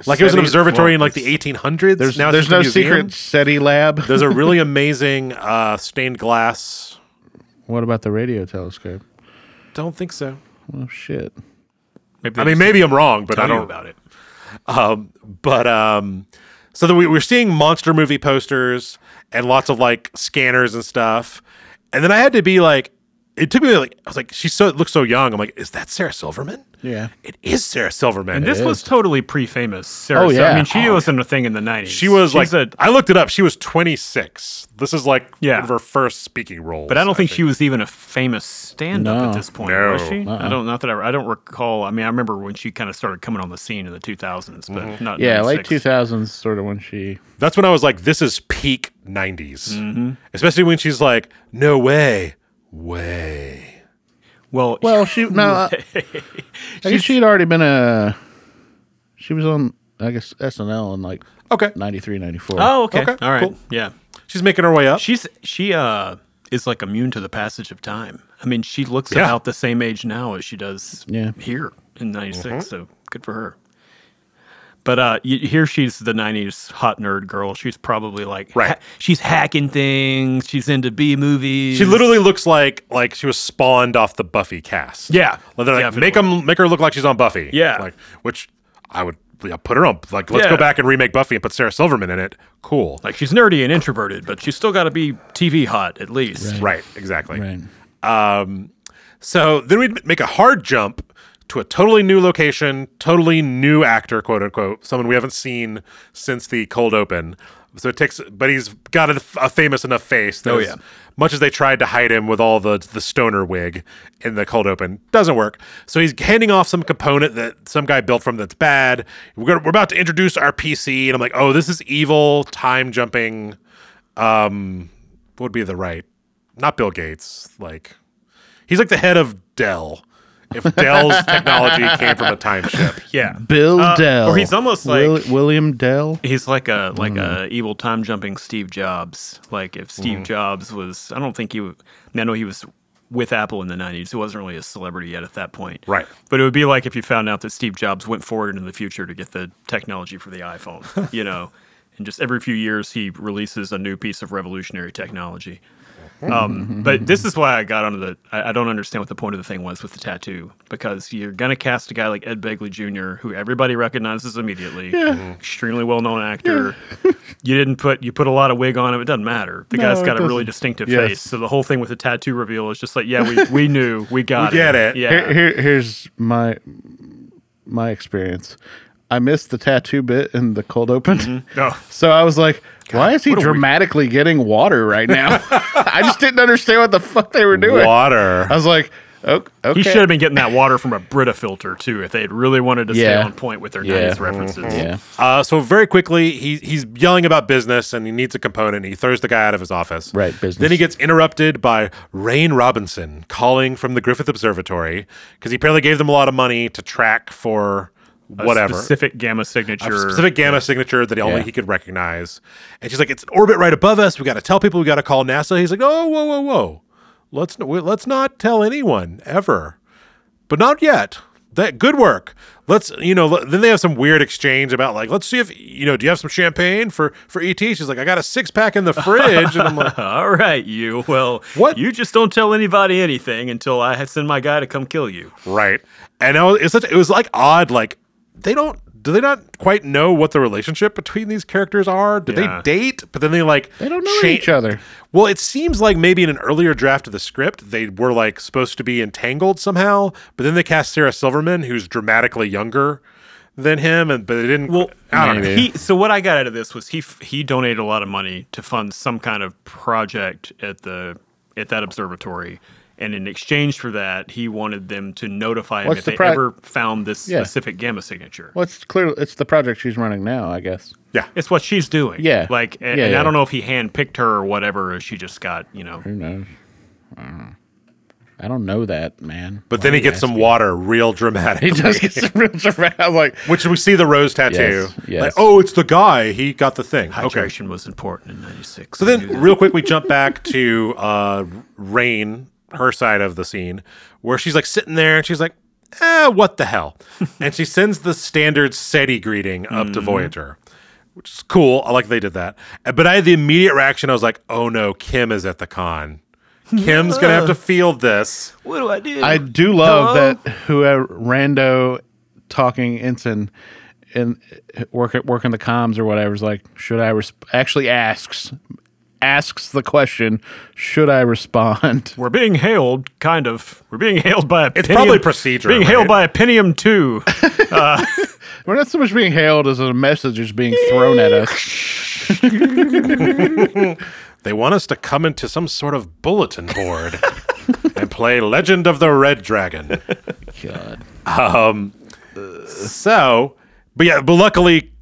Speaker 5: Like it was an
Speaker 4: SETI
Speaker 5: observatory
Speaker 4: well,
Speaker 5: in like the 1800s.
Speaker 4: There's
Speaker 5: now it's
Speaker 4: there's
Speaker 5: just a
Speaker 4: no
Speaker 5: museum.
Speaker 4: secret SETI lab.
Speaker 5: There's a really amazing uh, stained glass.
Speaker 4: what about the radio telescope?
Speaker 5: Don't think so.
Speaker 4: Oh shit.
Speaker 7: Maybe they
Speaker 5: I mean,
Speaker 7: just
Speaker 5: maybe I'm wrong, but
Speaker 7: tell
Speaker 5: I
Speaker 7: you
Speaker 5: don't.
Speaker 7: about it.
Speaker 5: But um, so that we, we're seeing monster movie posters and lots of like scanners and stuff. And then I had to be like, it took me like I was like, she so looks so young. I'm like, is that Sarah Silverman?
Speaker 4: Yeah.
Speaker 5: It is Sarah Silverman.
Speaker 7: And this
Speaker 4: is.
Speaker 7: was totally pre-famous. Sarah,
Speaker 4: Oh,
Speaker 7: Silverman. I
Speaker 4: yeah.
Speaker 7: mean, she wasn't a thing in the 90s.
Speaker 5: She was
Speaker 7: She's
Speaker 5: like,
Speaker 7: a-
Speaker 5: I looked it up. She was 26. This is like
Speaker 7: Yeah.
Speaker 5: one of her first speaking roles.
Speaker 7: But I don't think she was even a famous stand-up at
Speaker 4: No. Uh-uh.
Speaker 7: this point,
Speaker 5: No.
Speaker 7: was she? I don't. Not that I, I don't recall. I mean, I remember when she kind of started coming on the scene in the 2000s, but
Speaker 5: Mm-hmm.
Speaker 7: not
Speaker 4: Yeah,
Speaker 7: 96.
Speaker 4: late two thousands sort of when she
Speaker 5: That's when I was like, this is peak 90s.
Speaker 7: Mm-hmm.
Speaker 5: Especially when she's like, no way, way.
Speaker 7: Well,
Speaker 4: Well she no uh, I- I guess she had already been a she was on I guess SNL in like
Speaker 5: Okay.
Speaker 4: 93, 94.
Speaker 7: oh, okay,
Speaker 5: Okay,
Speaker 7: all right,
Speaker 5: cool.
Speaker 7: yeah.
Speaker 5: She's making her way up.
Speaker 7: She's she uh is like immune to the passage of time. I mean, she looks
Speaker 5: Yeah.
Speaker 7: about the same age now as she does
Speaker 4: Yeah.
Speaker 7: here in '96.
Speaker 5: Mm-hmm.
Speaker 7: So good for her. But uh, y- here she's the '90s hot nerd girl. She's probably like
Speaker 5: Right.
Speaker 7: she's hacking things. She's into B movies.
Speaker 5: she literally looks like like she was spawned off the Buffy cast.
Speaker 7: Yeah,
Speaker 5: Like, they're like,
Speaker 7: definitely.
Speaker 5: make 'em- make her look like she's on Buffy.
Speaker 7: Yeah.
Speaker 5: Like which I would yeah, put her on. Like let's
Speaker 7: Yeah.
Speaker 5: go back and remake Buffy and put Sarah Silverman in it. Cool.
Speaker 7: like she's nerdy and introverted, but she's still got to be TV hot at least.
Speaker 5: right, exactly.
Speaker 4: Right.
Speaker 5: So then we'd make a hard jump to a totally new location, totally new actor, quote unquote, someone we haven't seen since the cold open. So it takes, but he's got a, a famous enough face. That
Speaker 7: Oh,
Speaker 5: as
Speaker 7: yeah.
Speaker 5: Much as they tried to hide him with all the the stoner wig in the cold open, doesn't work. So he's handing off some component that some guy built from that's bad. We're gonna, we're about to introduce our PC, and I'm like, oh, this is evil time jumping. Um, what would be the right? Not Bill Gates, like He's like the head of Dell. If Dell's technology came from a time ship,
Speaker 7: Yeah.
Speaker 4: Bill
Speaker 7: Uh,
Speaker 4: Dell.
Speaker 7: or he's almost like-
Speaker 4: William Dell.
Speaker 7: He's like a like a
Speaker 5: Mm.
Speaker 7: evil time jumping Steve Jobs. Like if Steve Jobs was, I don't think he. would I know he was with Apple in the '90s. He wasn't really a celebrity yet at that point.
Speaker 5: Right.
Speaker 7: But it would be like if you found out that Steve Jobs went forward into the future to get the technology for the iPhone. you know, and just every few years he releases a new piece of revolutionary technology.
Speaker 4: Mm-hmm,
Speaker 7: Um, but this is why I got onto the. I, I don't understand what the point of the thing was with the tattoo because you're gonna cast a guy like Ed Begley Jr., who everybody recognizes immediately, extremely well known actor. you didn't put you put a lot of wig on him. It doesn't matter. The guy's
Speaker 4: it
Speaker 7: got a really
Speaker 4: doesn't.
Speaker 7: distinctive
Speaker 4: Yes.
Speaker 7: face. So the whole thing with the tattoo reveal is just like, yeah, we we knew, we got
Speaker 5: We
Speaker 7: it,
Speaker 5: get it.
Speaker 7: Yeah,
Speaker 4: Here, here, here's my my experience. I missed the tattoo bit in the cold open.
Speaker 7: No.
Speaker 5: Oh.
Speaker 4: So I was like, why is he
Speaker 7: what a weird-
Speaker 4: dramatically getting water right now? I just didn't understand what the fuck they were doing.
Speaker 5: water.
Speaker 4: I was like, "O- okay.
Speaker 7: He should have been getting that water from a Brita filter too, if they had really wanted to stay
Speaker 4: Yeah.
Speaker 7: on point with their
Speaker 4: Yeah. Mm-hmm.
Speaker 7: 90s references.
Speaker 4: Yeah.
Speaker 5: Uh, so very quickly, he he's yelling about business and he needs a component. He throws the guy out of his office.
Speaker 4: Right, business.
Speaker 5: Then he gets interrupted by Rain Robinson calling from the Griffith Observatory because he apparently gave them a lot of money to track for
Speaker 7: a
Speaker 5: whatever.
Speaker 7: specific gamma
Speaker 5: a
Speaker 7: signature.
Speaker 5: specific gamma signature that only
Speaker 4: Yeah.
Speaker 5: he could recognize. And she's like, "It's an orbit right above us. We got to tell people. We got to call NASA." He's like, "Oh, whoa, whoa, whoa! Let's n- we- let's not tell anyone ever, but not yet. That good work. Let's you know." le- Then they have some weird exchange about like, "Let's see if you know. Do you have some champagne for for ET?" She's like, "I got a six pack in the fridge," and I'm like,
Speaker 7: All right, you. Well,
Speaker 5: What?
Speaker 7: You just don't tell anybody anything until I send my guy to come kill you.
Speaker 5: Right. And I was, it's such, it was like odd. Like they don't, do they not quite know what the relationship between these characters are? Do
Speaker 7: Yeah.
Speaker 5: they date? But then they like
Speaker 4: They don't know
Speaker 5: cha-
Speaker 4: each other.
Speaker 5: Well, it seems like maybe in an earlier draft of the script they were like supposed to be entangled somehow. But then they cast Sarah Silverman, who's dramatically younger than him, and but they didn't.
Speaker 7: Well,
Speaker 5: I don't know.
Speaker 7: He, so what I got out of this was he f- he donated a lot of money to fund some kind of project at the at that observatory, and in exchange for that, he wanted them to notify him
Speaker 4: What's
Speaker 7: if
Speaker 4: the
Speaker 7: they
Speaker 4: pri-
Speaker 7: ever found this
Speaker 4: Yeah.
Speaker 7: specific gamma signature.
Speaker 4: Well, it's clear it's the project she's running now, I guess.
Speaker 5: Yeah.
Speaker 7: It's what she's doing.
Speaker 4: Yeah.
Speaker 7: Like, a- and,
Speaker 4: Yeah, yeah.
Speaker 7: I don't know if he handpicked her or whatever. Or she just got you know.
Speaker 4: Who knows? I don't know. I don't know that, man.
Speaker 5: But then he gets some water, real dramatic.
Speaker 4: He does get some real giraffe. I'm like,
Speaker 5: Which we see the rose tattoo.
Speaker 4: Yes, yes.
Speaker 5: Like, oh, it's the guy. He got the thing. Okay.
Speaker 7: Hydration was important in '96.
Speaker 5: So then, real quick, we jump back to uh, Rain, her side of the scene, where she's like sitting there and she's like, eh, what the hell? and she sends the standard SETI greeting up to Voyager, which is cool. I like they did that. Uh, But I had the immediate reaction I was like, oh no, Kim is at the con. Kim's going to have to field this.
Speaker 7: what do I do?
Speaker 4: I do love
Speaker 7: Hello?
Speaker 4: that whoever rando talking ensign and work at working the comms or whatever is like, should I resp- actually asks asks the question, should I respond?
Speaker 7: We're being hailed, kind of. We're being hailed by a.
Speaker 5: It's probably procedural,
Speaker 7: Being
Speaker 5: right?
Speaker 7: hailed by a Pentium two.
Speaker 4: We're not so much being hailed as a message is being thrown at us.
Speaker 5: They want us to come into some sort of bulletin board and play Legend of the Red Dragon.
Speaker 4: God.
Speaker 5: So, but yeah, but luckily,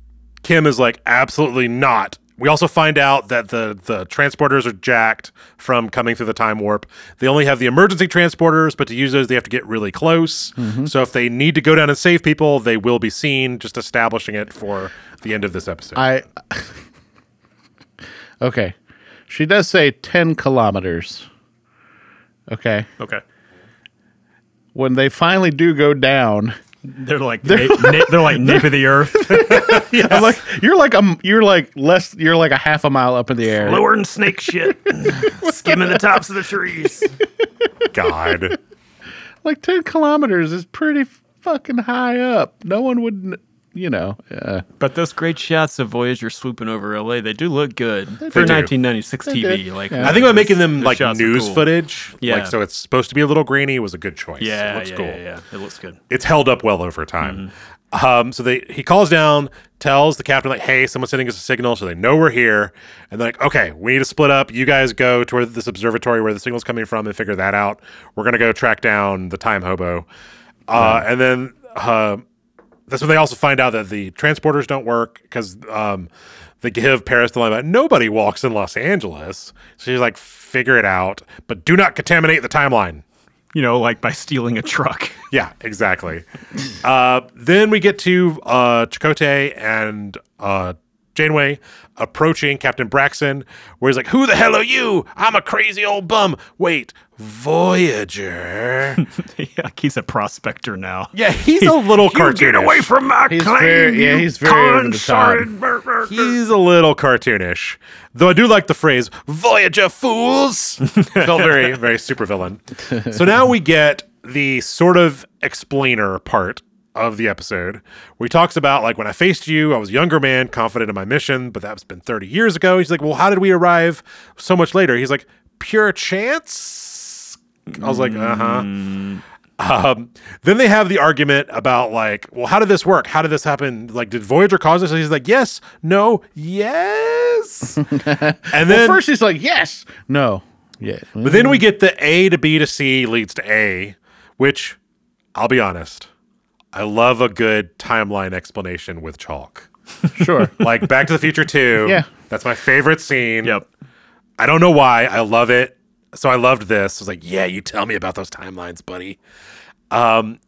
Speaker 5: Kim is like absolutely not. We also find out that the the transporters are jacked from coming through the time warp. They only have the emergency transporters, but to use those, they have to get really close. So if they need to go down and save people, they will be seen. Just establishing it for the end of this episode.
Speaker 4: I Okay. She does say 10 kilometers. Okay.
Speaker 7: okay.
Speaker 4: When they finally do go down,
Speaker 7: They're like they're, na- na- they're like nape of the earth,
Speaker 4: I'm like you're like a m- you're like less you're like a half a mile up in the air.
Speaker 7: lowering snake shit, skimming the tops of the trees.
Speaker 5: God,
Speaker 4: like 10 kilometers is pretty fucking high up. No one would, kn- you know. Uh,
Speaker 7: But those great shots of Voyager swooping over LA, they do look good for
Speaker 5: do.
Speaker 7: 1996 TV.
Speaker 4: do.
Speaker 7: Like
Speaker 4: Yeah.
Speaker 5: I think by making them
Speaker 7: those
Speaker 5: like
Speaker 7: shots are
Speaker 5: news
Speaker 7: cool.
Speaker 5: footage,
Speaker 7: Yeah.
Speaker 5: like so it's supposed to be a little grainy, was a good choice.
Speaker 7: Yeah,
Speaker 5: it looks
Speaker 7: yeah,
Speaker 5: cool.
Speaker 7: yeah, yeah. it looks good.
Speaker 5: it's held up well over time. Um, so they he calls down, tells the captain like, "Hey, someone's sending us a signal, so they know we're here." And they're like, "Okay, we need to split up. You guys go toward this observatory where the signal's coming from and figure that out. We're gonna go track down the time hobo." Uh, And then uh, that's when they also find out that the transporters don't work because um, they give Paris the line about nobody walks in Los Angeles. So she's like, "Figure it out, but do not contaminate the timeline."
Speaker 7: You know, like by stealing a truck.
Speaker 5: Yeah, exactly. uh, then we get to uh, Chakotay and uh, Janeway approaching Captain Braxton, where he's like, "Who the hell are you? I'm a crazy old bum. Wait, Voyager."
Speaker 7: like he's a prospector now.
Speaker 5: yeah, he's a little cartoonish.
Speaker 7: from my
Speaker 4: He's very- yeah, he's very over the top.
Speaker 7: concerted-
Speaker 5: He's a little cartoonish, though I do like the phrase "Voyager fools." Felt very, very supervillain. So now we get the sort of explainer part of the episode, where he talks about like when I faced you, I was a younger man, confident in my mission, but that's been 30 years ago. He's like, "Well, how did we arrive so much later?" He's like, "Pure chance." I was like, "Uh huh."
Speaker 4: Mm.
Speaker 5: Um, then they have the argument about like, well, how did this work? How did this happen? Like, did Voyager cause this? And he's like, yes, no, yes. and
Speaker 4: well,
Speaker 5: then,
Speaker 4: first he's like, yes, no, yeah.
Speaker 5: but then we get the A to B to C leads to A, which I'll be honest, I love a good timeline explanation with chalk.
Speaker 4: sure.
Speaker 5: Like Back to the Future Two.
Speaker 4: Yeah.
Speaker 5: that's my favorite scene.
Speaker 7: Yep.
Speaker 5: I don't know why. I love it. So I loved this. I was like, yeah, you tell me about those timelines, buddy. Um,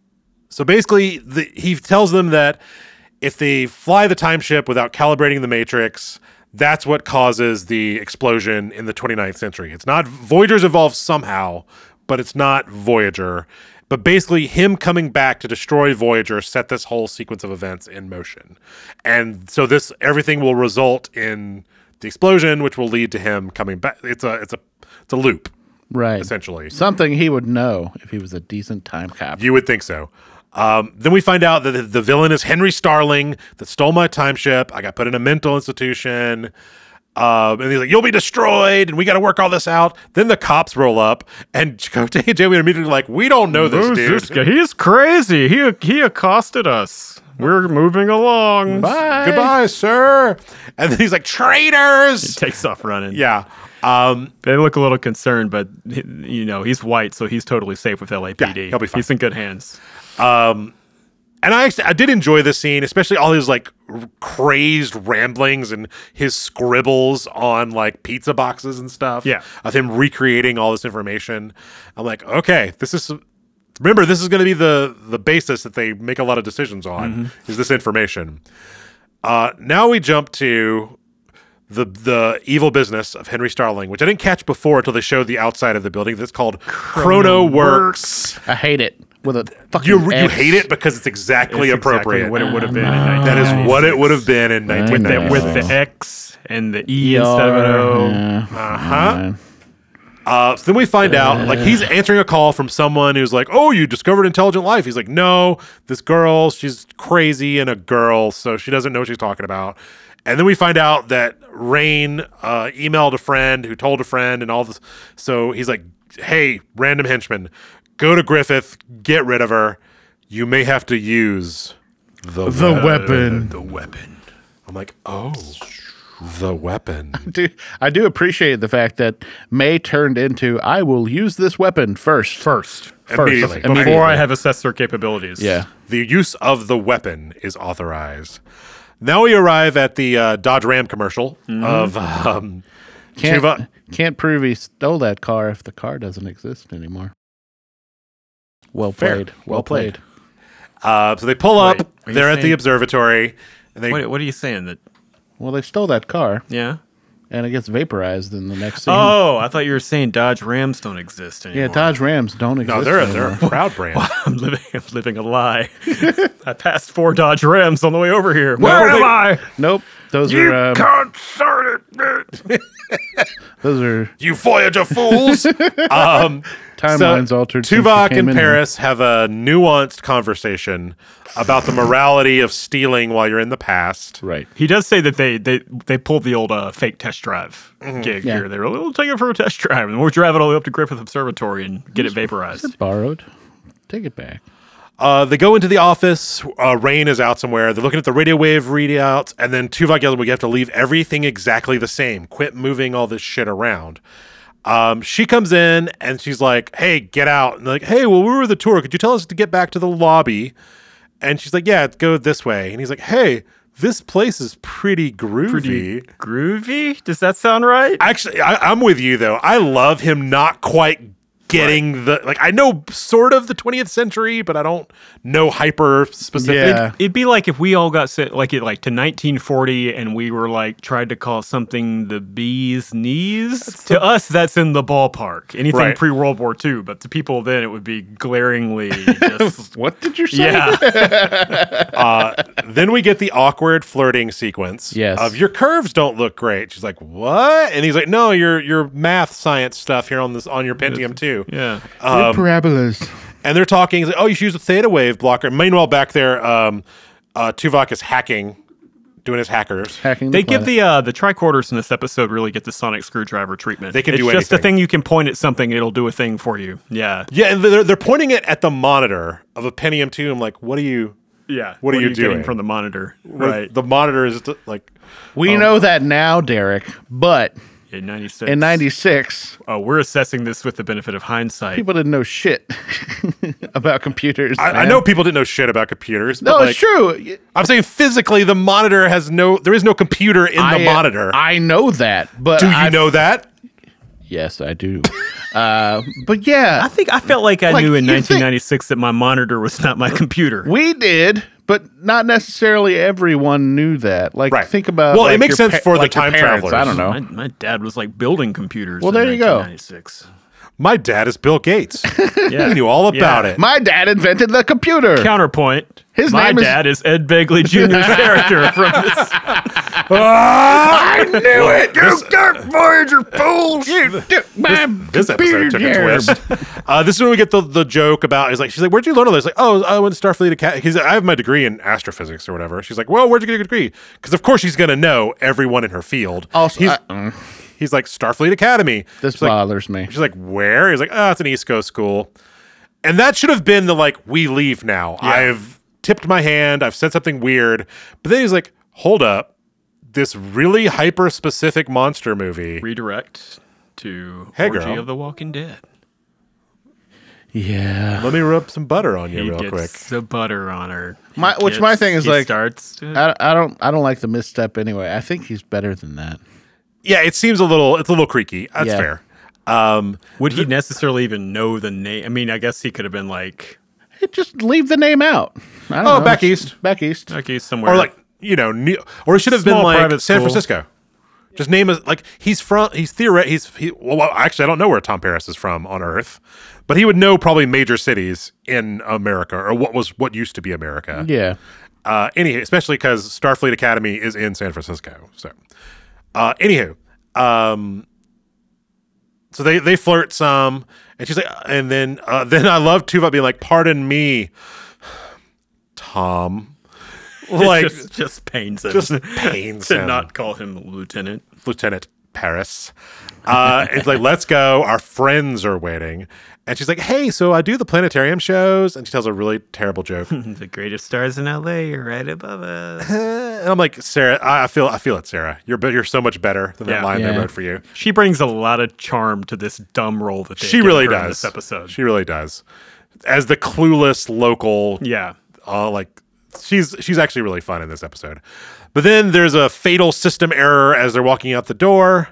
Speaker 5: So basically, the, he tells them that if they fly the time ship without calibrating the matrix, that's what causes the explosion in the 29th century. It's not Voyager's evolved somehow, but it's not Voyager. But basically, him coming back to destroy Voyager set this whole sequence of events in motion, and so this everything will result in the explosion, which will lead to him coming back. It's a it's a it's a loop
Speaker 4: Right.
Speaker 5: essentially.
Speaker 4: Something he would know if he was a decent time cop.
Speaker 5: You would think so. Um, then we find out that the, the villain is Henry Starling that stole my time ship. I got put in a mental institution. Um, and he's like, "You'll be destroyed," and we got to work all this out. Then the cops roll up, and Chakotay and Jamie are immediately like, "We don't know this
Speaker 7: Who's
Speaker 5: dude."
Speaker 7: this guy? He's crazy. He he accosted us. We're moving along.
Speaker 4: Bye.
Speaker 5: Goodbye, sir. And then he's like, "Traitors!"
Speaker 7: Takes off running.
Speaker 5: Yeah. Um,
Speaker 7: They look a little concerned, but he- you know he's white, so he's totally safe with LAPD.
Speaker 5: Yeah, he'll be fine.
Speaker 7: He's in good hands.
Speaker 5: and I actually, I did enjoy this scene, especially all his like r- crazed ramblings and his scribbles on like pizza boxes and stuff.
Speaker 7: Yeah.
Speaker 5: of him recreating all this information. I'm like, okay, this is. Remember, this is going to be the the basis that they make a lot of decisions on is this information. Uh, now we jump to the the evil business of Henry Starling, which I didn't catch before until they showed the outside of the building. That's called Chrono Works.
Speaker 4: I hate it with a fucking.
Speaker 5: You, you
Speaker 4: X.
Speaker 5: hate it because it's exactly
Speaker 7: It's
Speaker 5: appropriate.
Speaker 7: Exactly what it would have been. in
Speaker 5: That is
Speaker 7: 1996.
Speaker 5: what it would have been in
Speaker 7: with the
Speaker 5: 1996.
Speaker 7: with the X and the E instead of an O.
Speaker 5: Uh-huh. Uh, so then we find out, like, he's answering a call from someone who's like, "Oh, you discovered intelligent life." He's like, "No, this girl, she's crazy and a girl, so she doesn't know what she's talking about." And then we find out that Rain uh, emailed a friend who told a friend, and all this. So he's like, "Hey, random henchman, go to Griffith, get rid of her. You may have to use the
Speaker 4: The weapon.
Speaker 5: The weapon. I'm like, oh, the weapon.
Speaker 4: do, I do appreciate the fact that May turned into I will use this weapon first.
Speaker 7: First,
Speaker 5: Immediately.
Speaker 4: First.
Speaker 5: Immediately.
Speaker 7: before I have assessed their capabilities.
Speaker 4: Yeah.
Speaker 5: The use of the weapon is authorized. Now we arrive at the uh, Dodge Ram commercial
Speaker 4: Mm-hmm.
Speaker 5: of um,
Speaker 4: Can't,
Speaker 5: Chuva.
Speaker 4: can't prove he stole that car if the car doesn't exist anymore. Well
Speaker 5: Fair.
Speaker 4: played. Well,
Speaker 5: Well
Speaker 4: played.
Speaker 5: played. Uh, so they pull up.
Speaker 7: Wait, are you
Speaker 5: they're at the
Speaker 7: saying-
Speaker 5: observatory. And they,
Speaker 7: What, what are you saying? That
Speaker 4: Well, they stole that car
Speaker 7: yeah.
Speaker 4: and it gets vaporized in the next scene.
Speaker 7: Oh, I thought you were saying Dodge Rams don't exist anymore.
Speaker 4: yeah, Dodge Rams don't exist.
Speaker 5: no, they're a,
Speaker 4: anymore.
Speaker 5: they're a proud brand.
Speaker 7: I'm living, I'm living a lie. I passed four Dodge Rams on the way over here. Where
Speaker 5: No,
Speaker 7: am
Speaker 5: they-
Speaker 7: I?
Speaker 4: Nope. Those
Speaker 7: You
Speaker 4: are um,
Speaker 7: can't start it.
Speaker 4: those are
Speaker 5: you Voyager fools! um,
Speaker 4: timelines altered. since you
Speaker 5: Tuvok
Speaker 4: came
Speaker 5: and
Speaker 4: in here.
Speaker 5: Paris have a nuanced conversation about the morality of stealing while you're in the past.
Speaker 4: Right.
Speaker 7: He does say that they they they pulled the old uh, fake test drive gig
Speaker 4: Yeah.
Speaker 7: here. They were like, we'll take it for a test drive, and we'll drive it all the way up to Griffith Observatory and get it vaporized.
Speaker 4: Borrowed. Take it back.
Speaker 5: Uh, they go into the office. Uh, Rain is out somewhere. They're looking at the radio wave readouts, and then Tuvok yells, "We have to leave everything exactly the same. Quit moving all this shit around." Um, she comes in and she's like, "Hey, get out!" And they're like, "Hey, well, we were the tour. Could you tell us to get back to the lobby?" And she's like, "Yeah, go this way." And he's like, "Hey, this place is pretty groovy."
Speaker 7: Pretty groovy. Does that sound right?
Speaker 5: Actually, I, I'm with you though. I love him not quite getting the like. I know sort of the 20th century, but I don't know hyper specific.
Speaker 4: Yeah.
Speaker 7: It'd be like if we all got sent like it like to 1940 and we were like tried to call something the bee's knees. to us, that's in the ballpark. Anything
Speaker 5: Right.
Speaker 7: pre World War II, but to people then it would be glaringly just
Speaker 4: What did you say?
Speaker 7: yeah.
Speaker 5: then we get the awkward flirting sequence
Speaker 4: Yes.
Speaker 5: of your curves don't look great. She's like, "What?" And he's like, "No, your your math science stuff here on this on your Pentium 2."
Speaker 7: yeah.
Speaker 4: Your parabolas.
Speaker 5: And they're talking, he's like, "Oh, you should use a theta wave blocker." Meanwhile, back there, um, uh, Tuvok is hacking, doing his hackers.
Speaker 4: Hacking
Speaker 7: They give
Speaker 4: planet.
Speaker 7: the uh, the tricorders in this episode really get the sonic screwdriver treatment.
Speaker 5: They can
Speaker 7: it's
Speaker 5: do
Speaker 7: just a
Speaker 5: anything.
Speaker 7: thing you can point at something, it'll do a thing for you. Yeah.
Speaker 5: Yeah, and they're they're pointing it at the monitor of a Pentium 2. I'm like, "What are you?"
Speaker 7: Yeah.
Speaker 5: What are you
Speaker 7: getting
Speaker 5: doing?
Speaker 7: from the monitor?
Speaker 5: what-
Speaker 7: Right.
Speaker 5: The monitor is just, like,
Speaker 4: We know that now, Derek, but
Speaker 7: in 96.
Speaker 4: in 96,
Speaker 7: Oh, we're assessing this with the benefit of hindsight.
Speaker 4: people didn't know shit about computers.
Speaker 5: I, I
Speaker 4: man.
Speaker 5: know people didn't know shit about computers.
Speaker 4: No,
Speaker 5: but, like,
Speaker 4: it's true.
Speaker 5: I'm saying physically, the monitor has no. There is no computer in the
Speaker 4: I,
Speaker 5: monitor.
Speaker 4: I know that, but
Speaker 5: Do you
Speaker 4: I-
Speaker 5: know that?
Speaker 4: Yes, I do. Uh, But yeah,
Speaker 7: I think I felt like I
Speaker 4: Like,
Speaker 7: knew in
Speaker 4: you think-
Speaker 7: 1996 that my monitor was not my computer.
Speaker 4: we did, but not necessarily everyone knew that. Like,
Speaker 5: Right.
Speaker 4: think about.
Speaker 5: Well, it
Speaker 4: like,
Speaker 5: makes
Speaker 4: your
Speaker 5: sense for the
Speaker 4: like your
Speaker 5: time
Speaker 4: parents.
Speaker 5: travelers.
Speaker 4: I don't know.
Speaker 7: My, my dad was like building computers.
Speaker 4: Well,
Speaker 7: in
Speaker 4: there you go.
Speaker 7: 1996.
Speaker 5: My dad is Bill Gates.
Speaker 7: Yeah.
Speaker 5: He knew all
Speaker 7: Yeah.
Speaker 5: about it.
Speaker 4: My dad invented the computer.
Speaker 7: Counterpoint.
Speaker 4: His
Speaker 7: my
Speaker 4: name is-
Speaker 7: dad is Ed Begley Jr.'s character from this.
Speaker 5: I knew it. This,
Speaker 4: Dark Voyager fools! You took my
Speaker 5: this episode took a
Speaker 4: computer
Speaker 5: twist. Uh, this is when we get the, the joke about. He's like, she's like, where'd you learn all this? Like, oh, I went to Starfleet Academy. He's like, I have my degree in astrophysics or whatever. She's like, well, where'd you get your degree? Because of course she's gonna know everyone in her field.
Speaker 4: Also,
Speaker 5: he's,
Speaker 4: I-
Speaker 5: he's like Starfleet Academy.
Speaker 4: This
Speaker 5: She's like,
Speaker 4: bothers me.
Speaker 5: She's like, where? He's like, oh, it's an East Coast school. And that should have been the like, we leave now. I've tipped my hand. I've said something weird. But then he's like, hold up. This really hyper specific monster movie.
Speaker 7: Redirect to
Speaker 5: Hey,
Speaker 7: Orgy
Speaker 5: girl.
Speaker 7: of the Walking Dead.
Speaker 4: Yeah.
Speaker 5: Let me rub some butter on you
Speaker 7: He
Speaker 5: real
Speaker 7: gets
Speaker 5: quick.
Speaker 7: the butter on her. He
Speaker 4: My- which my
Speaker 7: gets-
Speaker 4: thing is
Speaker 7: he
Speaker 4: like-
Speaker 7: starts to-
Speaker 5: uh,
Speaker 4: I, I don't I don't like the misstep anyway. I think he's better than that.
Speaker 5: Yeah, it seems a little. It's a little creaky. That's
Speaker 4: Yeah.
Speaker 5: fair. Um,
Speaker 7: would he necessarily even know the name? I mean, I guess he could have been like,
Speaker 4: Hey, Just leave the name out. I don't
Speaker 5: Oh,
Speaker 4: know.
Speaker 5: back east.
Speaker 4: Back east.
Speaker 7: okay, somewhere.
Speaker 5: or like you know, New, or it should have been
Speaker 7: Small
Speaker 5: like San
Speaker 7: private school.
Speaker 5: Francisco. Just name us like he's from. He's theoret. He's he, well, well, Actually, I don't know where Tom Paris is from on Earth, but he would know probably major cities in America or what was what used to be America.
Speaker 4: Yeah.
Speaker 5: Uh, anywho, especially because Starfleet Academy is in San Francisco. So, uh, anywho, um, so they they flirt some, and she's like, and then uh, then I love Tuva being like, "Pardon me, Tom," like
Speaker 7: just, just pains him.
Speaker 5: just pains
Speaker 7: to
Speaker 5: him.
Speaker 7: not call him lieutenant.
Speaker 5: Lieutenant Paris. Uh, it's like, let's go. Our friends are waiting. And she's like, hey, so I do the planetarium shows. And she tells a really terrible joke. Eh,
Speaker 7: The greatest stars in LA are right above us.
Speaker 5: and I'm like, Sarah, I I feel, I feel it, Sarah. You're, be- you're so much better than that
Speaker 7: Yeah.
Speaker 5: line they
Speaker 4: Yeah.
Speaker 5: wrote for you.
Speaker 7: She brings a lot of charm to this dumb role that they
Speaker 5: She
Speaker 7: give
Speaker 5: really
Speaker 7: her in
Speaker 5: does.
Speaker 7: this episode.
Speaker 5: She really does. As the clueless local,
Speaker 7: yeah,
Speaker 5: uh, like she's she's actually really fun in this episode. But then there's a fatal system error as they're walking out the door.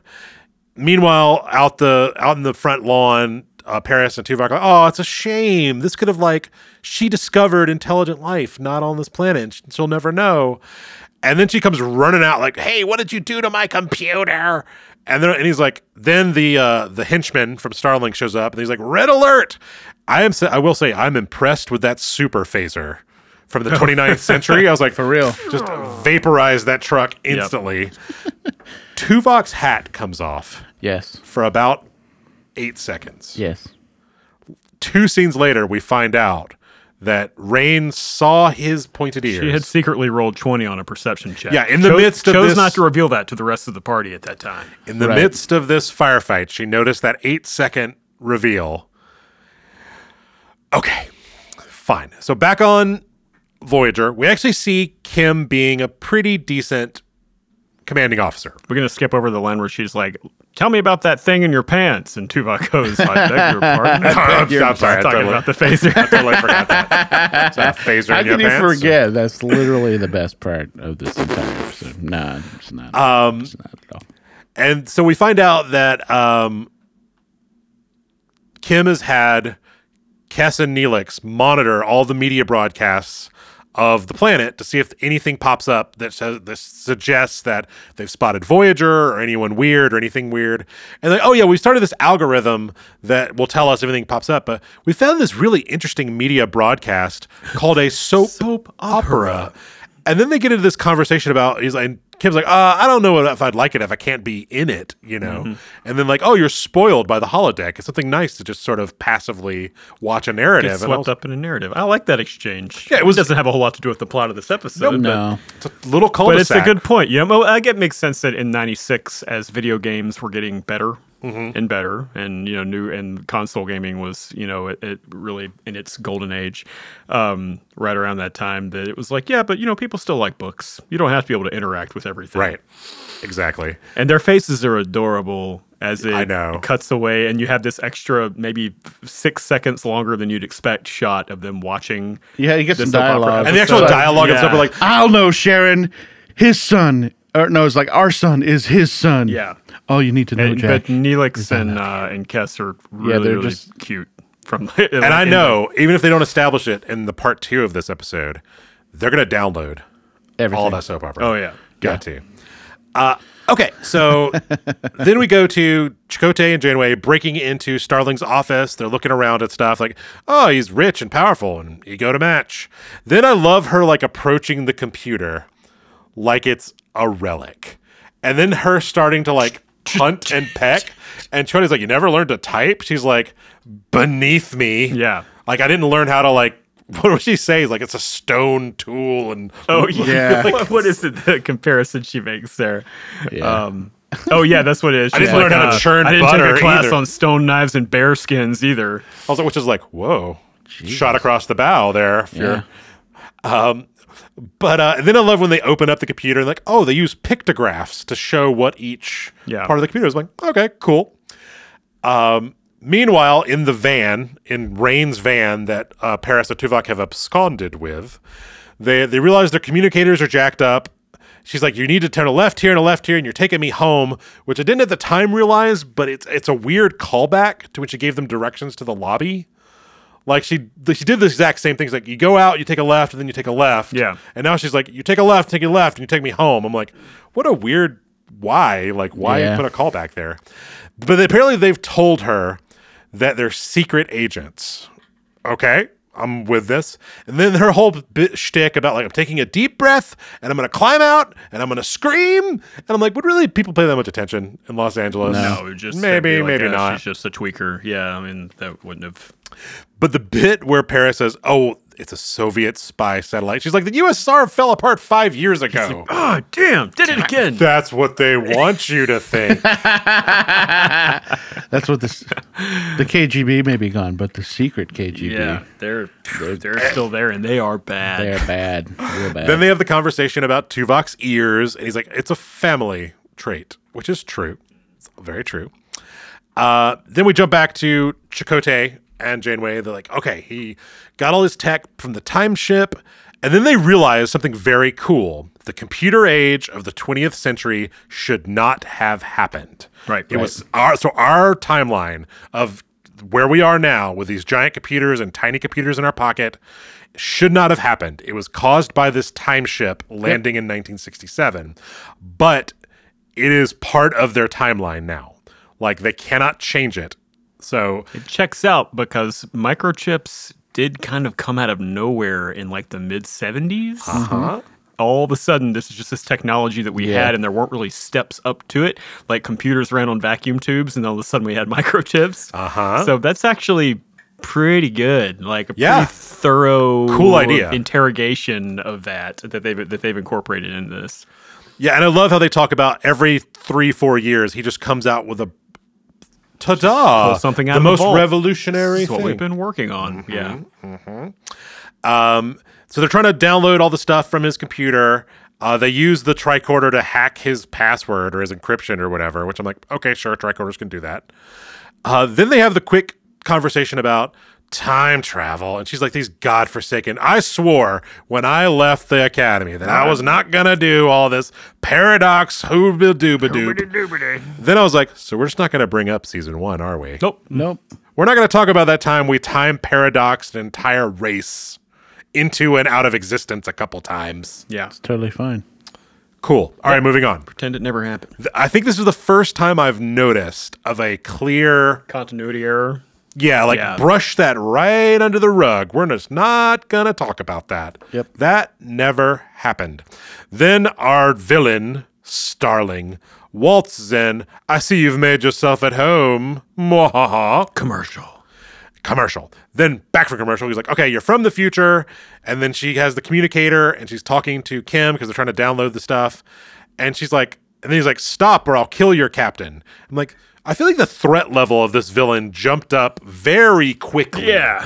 Speaker 5: Meanwhile, out the out in the front lawn, uh, Paris and Tuvok are like, "Oh, it's a shame. This could have like she discovered intelligent life not on this planet. and sh- She'll never know." And then she comes running out like, "Hey, what did you do to my computer?" And then and he's like, then the uh, the henchman from Starlink shows up and he's like, "Red alert!" I am sa- I will say I'm impressed with that super phaser from the 29th century. I was like, for
Speaker 4: real.
Speaker 5: just vaporize that truck instantly. Tuvok's hat comes off
Speaker 4: Yes.
Speaker 5: for about eight seconds.
Speaker 4: Yes.
Speaker 5: Two scenes later, we find out that Rain saw his pointed ears.
Speaker 7: she had secretly rolled twenty on a perception check.
Speaker 5: Yeah, in the
Speaker 7: Chose-
Speaker 5: midst of
Speaker 7: chose
Speaker 5: this-
Speaker 7: not to reveal that to the rest of the party at that time.
Speaker 5: In the
Speaker 4: Right.
Speaker 5: midst of this firefight, she noticed that eight second reveal. Okay, fine. So back on Voyager, we actually see Kim being a pretty decent commanding officer.
Speaker 7: We're gonna skip over the line where she's like, "Tell me about that thing in your pants," and Tuvok goes, "I beg your pardon."
Speaker 5: I'm, I'm sorry, I
Speaker 7: talking
Speaker 5: totally,
Speaker 7: about the phaser.
Speaker 5: totally forgot that. Is that a phaser
Speaker 4: How
Speaker 5: in your
Speaker 4: can you
Speaker 5: pants?
Speaker 4: forget? That's literally the best part of this entire episode. Nah, it's not. Um, it's not at all.
Speaker 5: And so we find out that um, Kim has had Kess and Neelix monitor all the media broadcasts of the planet to see if anything pops up that says that suggests that they've spotted Voyager or anyone weird or anything weird. And like, oh yeah, we started this algorithm that will tell us if anything pops up. But we found this really interesting media broadcast called a soap,
Speaker 7: Soap
Speaker 5: opera. And then they get into this conversation about he's like and Kim's like, uh, I don't know if I'd like it if I can't be in it, you know.
Speaker 7: Mm-hmm.
Speaker 5: And then like, oh, you're spoiled by the holodeck. It's something nice to just sort of passively watch a narrative.
Speaker 7: Gets
Speaker 5: And I was-
Speaker 7: swept up in a narrative. I like that exchange.
Speaker 5: Yeah, it was-
Speaker 7: doesn't have a whole lot to do with the plot of this episode. but-
Speaker 4: No.
Speaker 5: It's a little cul
Speaker 7: But it's a good point. Yeah, well, I get makes sense that in '96, as video games were getting better
Speaker 5: Mm-hmm.
Speaker 7: and better, and you know, new and console gaming was, you know, it, it really in its golden age, um, right around that time. That it was like, yeah, but you know, people still like books. You don't have to be able to interact with everything,
Speaker 5: right? Exactly.
Speaker 7: And their faces are adorable as it
Speaker 5: I know.
Speaker 7: cuts away, and you have this extra, maybe six seconds longer than you'd expect, shot of them watching.
Speaker 4: Yeah, you get
Speaker 7: the
Speaker 4: some
Speaker 7: soap opera
Speaker 4: dialogue.
Speaker 5: And the
Speaker 7: episode.
Speaker 5: actual dialogue and
Speaker 7: Yeah.
Speaker 5: stuff are like,
Speaker 4: I'll know Sharon. His son. Or, no, it's like our son is his son.
Speaker 7: Yeah.
Speaker 4: All you need to know,
Speaker 7: And,
Speaker 4: Jack.
Speaker 7: but Neelix and uh, and Kess are really
Speaker 4: they're
Speaker 7: really
Speaker 4: just-
Speaker 7: cute. From
Speaker 5: And I know, even if they don't establish it in the part two of this episode, they're going to download all that soap opera.
Speaker 7: Oh yeah.
Speaker 5: Got to. Uh, okay, so then we go to Chakotay and Janeway breaking into Starling's office. They're looking around at stuff like, "Oh, he's rich and powerful, and you go to match." Then I love her like approaching the computer like it's a relic, and then her starting to like hunt and peck. And Chakotay's like, "You never learned to type." She's like, "Beneath me."
Speaker 7: Yeah.
Speaker 5: Like I didn't learn how to like. What would she say? Like it's a stone tool and
Speaker 7: Oh yeah.
Speaker 4: Yeah.
Speaker 7: what, what is it? The comparison she makes there.
Speaker 4: Yeah.
Speaker 7: Um, oh yeah, that's what it is.
Speaker 5: I didn't
Speaker 7: She's uh,
Speaker 5: learn how to churn
Speaker 7: I didn't take
Speaker 5: butter
Speaker 7: a class
Speaker 5: either."
Speaker 7: on stone knives and bear skins either.
Speaker 5: I was like, which is like, whoa, shot across the bow there. if you're- Um, but uh, then I love when they open up the computer and like, oh, they use pictographs to show what each
Speaker 7: Yeah.
Speaker 5: part of the computer is. I'm like, okay, cool. Um, meanwhile, in the van, in Rain's van that uh, Paris and Tuvok have absconded with, they they realize their communicators are jacked up. She's like, you need to turn a left here and a left here, and you're taking me home, which I didn't at the time realize, but it's it's a weird callback to when she gave them directions to the lobby. Like she she did the exact same things. Like you go out, you take a left, and then you take a left.
Speaker 7: Yeah.
Speaker 5: And now she's like, you take a left, take a left, and you take me home. I'm like, what a weird why? Like why
Speaker 4: Yeah.
Speaker 5: put a callback there? But they, apparently they've told her that they're secret agents. Okay. I'm with this. And then her whole bit shtick about like I'm taking a deep breath and I'm gonna climb out and I'm gonna scream and I'm like, would really people pay that much attention in Los Angeles?
Speaker 7: No, just that'd
Speaker 5: Oh, maybe,
Speaker 7: be like,
Speaker 5: maybe
Speaker 7: uh,
Speaker 5: not.
Speaker 7: She's just a tweaker. Yeah, I mean that wouldn't have.
Speaker 5: But the bit where Paris says, "Oh, it's a Soviet spy satellite," she's like, "The USSR fell apart five years ago."
Speaker 7: Oh damn! Did it again.
Speaker 5: That's what they want you to think.
Speaker 4: That's what this. the KGB may be gone, but the secret KGB.
Speaker 7: Yeah, they're they're still there and they are bad.
Speaker 4: They're bad. Real bad.
Speaker 5: then they have the conversation about Tuvok's ears, and he's like, "It's a family trait," which is true, it's very true. Uh, then we jump back to Chakotay and Janeway. They're like, "Okay, he got all his tech from the time ship," and then they realize something very cool: the computer age of the 20th century should not have happened.
Speaker 7: Right,
Speaker 5: It
Speaker 7: right.
Speaker 5: was our so our timeline of where we are now with these giant computers and tiny computers in our pocket should not have happened. It was caused by this time ship landing in 1967. But it is part of their timeline now. Like they cannot change it. So
Speaker 7: It checks out because microchips did kind of come out of nowhere in like the mid 70s.
Speaker 5: Uh-huh.
Speaker 7: All of a sudden, this is just this technology that we
Speaker 4: Yeah.
Speaker 7: had, and there weren't really steps up to it. Like computers ran on vacuum tubes, and all of a sudden we had microchips. Uh huh. So that's actually pretty good. Like a
Speaker 5: Uh-huh. Yeah.
Speaker 7: pretty thorough,
Speaker 5: Cool idea.
Speaker 7: interrogation of that that they've that they've incorporated in this.
Speaker 5: yeah, and I love how they talk about every three, four years he just comes out with a ta-da,
Speaker 7: pull something out
Speaker 5: the
Speaker 7: of the
Speaker 5: most
Speaker 7: vault.
Speaker 5: revolutionary
Speaker 7: That's what we've
Speaker 5: thing.
Speaker 7: been working on. Yeah.
Speaker 5: Um, so they're trying to download all the stuff from his computer. Uh, they use the tricorder to hack his password or his encryption or whatever, which I'm like, okay, sure, tricorders can do that. Uh, then they have the quick conversation about time travel, and she's like, "These godforsaken! I swore when I left the academy that I was not gonna do all this paradox hooba dooba doob." Then I was like, "So we're just not gonna bring up season one, are we?
Speaker 7: Nope.
Speaker 4: nope.
Speaker 5: We're not gonna talk about that time we time paradoxed an entire race." into and out of existence a couple times.
Speaker 7: Yeah.
Speaker 4: Totally fine.
Speaker 5: Cool. All right, moving on.
Speaker 7: Pretend it never happened.
Speaker 5: Th- I think this is the first time I've noticed of a clear,
Speaker 7: Continuity error.
Speaker 5: yeah, like
Speaker 7: Yeah.
Speaker 5: brush that right under the rug. We're just not going to talk about that.
Speaker 4: Yep.
Speaker 5: That never happened. Then our villain, Starling, waltzes in. I see you've made yourself at home. Mwahaha.
Speaker 7: Commercial.
Speaker 5: commercial. Then back for commercial. He's like, okay, you're from the future. And then she has the communicator and she's talking to Kim because they're trying to download the stuff. And she's like, and then he's like, stop or I'll kill your captain. I'm like, I feel like the threat level of this villain jumped up very quickly.
Speaker 7: Yeah.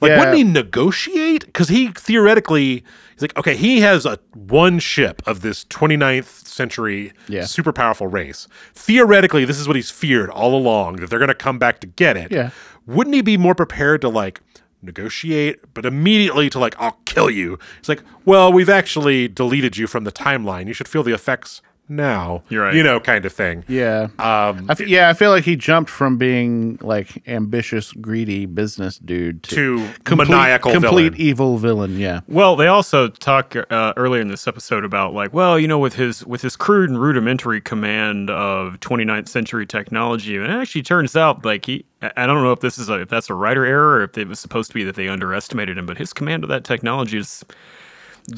Speaker 5: Like,
Speaker 4: Yeah.
Speaker 5: wouldn't he negotiate? Because he theoretically, he's like, okay, he has a one ship of this 29th century
Speaker 4: Yeah.
Speaker 5: super powerful race. Theoretically, this is what he's feared all along that they're going to come back to get it.
Speaker 4: Yeah.
Speaker 5: Wouldn't he be more prepared to like negotiate, but immediately to like, I'll kill you? It's like, well, we've actually deleted you from the timeline. You should feel the effects now.
Speaker 7: You're right.
Speaker 5: You know, kind of thing.
Speaker 4: Yeah. Um, I f- yeah, I feel like he jumped from being like ambitious, greedy business dude to,
Speaker 5: To maniacal
Speaker 4: complete
Speaker 5: villain.
Speaker 4: evil villain. Yeah.
Speaker 7: Well, they also talk uh, earlier in this episode about like, well, you know, with his with his crude and rudimentary command of 29th century technology, and it actually turns out like he, I I don't know if this is a, if that's a writer error or if it was supposed to be that they underestimated him, but his command of that technology is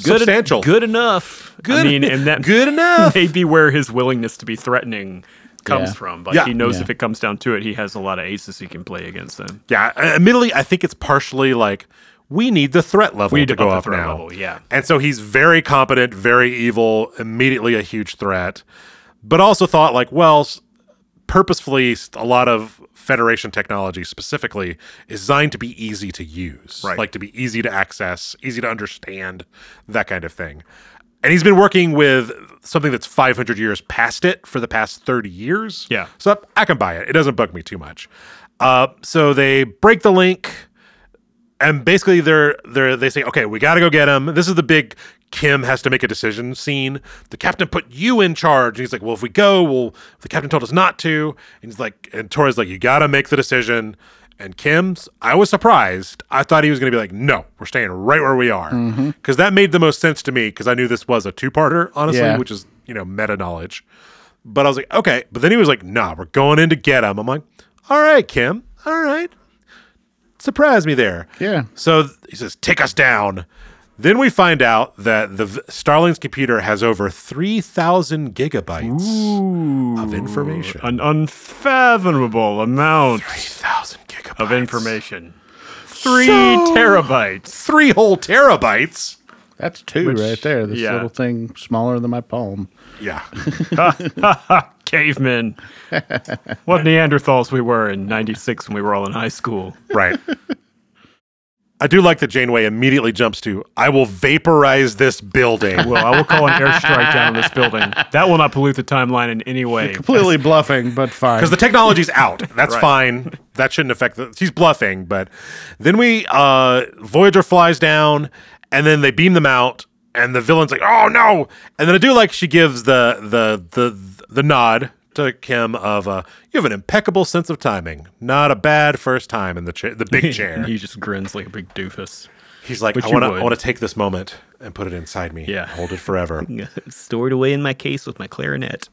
Speaker 7: good,
Speaker 5: Substantial.
Speaker 7: good enough. I mean, and that
Speaker 5: good enough.
Speaker 7: may be where his willingness to be threatening comes
Speaker 4: Yeah.
Speaker 7: from. Like
Speaker 5: Yeah.
Speaker 7: he knows
Speaker 4: Yeah.
Speaker 7: if it comes down to it, he has a lot of aces he can play against them.
Speaker 5: Yeah, uh, admittedly, I think it's partially like we need the threat level
Speaker 7: We need
Speaker 5: to
Speaker 7: to
Speaker 5: go
Speaker 7: up the
Speaker 5: up
Speaker 7: threat
Speaker 5: now.
Speaker 7: level, yeah.
Speaker 5: and so he's very competent, very evil, immediately a huge threat, but also thought like, well, s- purposefully, s- a lot of Federation technology specifically is designed to be easy to use,
Speaker 7: Right.
Speaker 5: like to be easy to access, easy to understand, that kind of thing. And he's been working with something that's 500 years past it for the past 30 years.
Speaker 7: Yeah.
Speaker 5: So I can buy it. It doesn't bug me too much. Uh, so they break the link, and basically they're they're they say, okay, we got to go get him. This is the big Kim has to make a decision scene. The captain put you in charge, and he's like, well, if we go, well, the captain told us not to, and he's like, and Torres like, you got to make the decision. And Kim's, I was surprised. I thought he was going to be like, no, we're staying right where we are. Because that made the most sense to me because I knew this was a two parter, honestly,
Speaker 4: Yeah.
Speaker 5: which is, you know, meta knowledge. But I was like, okay. But then he was like, nah, we're going in to get him. I'm like, all right, Kim. All right. Surprise me there.
Speaker 4: Yeah.
Speaker 5: So th- he says, take us down. Then we find out that the v- Starling's computer has over 3,000 gigabytes of information.
Speaker 7: An unfathomable amount.
Speaker 5: 3,000 gigabytes.
Speaker 7: of information. Three terabytes.
Speaker 5: Three whole terabytes.
Speaker 4: That's two right there. This
Speaker 7: yeah.
Speaker 4: little thing smaller than my palm.
Speaker 5: Yeah.
Speaker 7: Ah, Cavemen. what Neanderthals we were in 96 when we were all in high school.
Speaker 5: Right. I do like that Janeway immediately jumps to, I will vaporize this building.
Speaker 7: Well, I will call an airstrike down on this building. That will not pollute the timeline in any way.
Speaker 4: Completely bluffing, but fine.
Speaker 5: because the technology's out. That's fine. That shouldn't affect. The, he's bluffing, but then we uh, Voyager flies down, and then they beam them out, and the villain's like, "Oh no!" And then I do like she gives the the the the nod to Kim of, uh, "You have an impeccable sense of timing. Not a bad first time in the cha- the big chair."
Speaker 7: he just grins like a big doofus.
Speaker 5: He's like,
Speaker 7: Which
Speaker 5: "I
Speaker 7: you
Speaker 5: want to
Speaker 7: would.
Speaker 5: I want to take this moment and put it inside me.
Speaker 7: Yeah.
Speaker 5: hold it forever."
Speaker 7: Stored away in my case with my clarinet.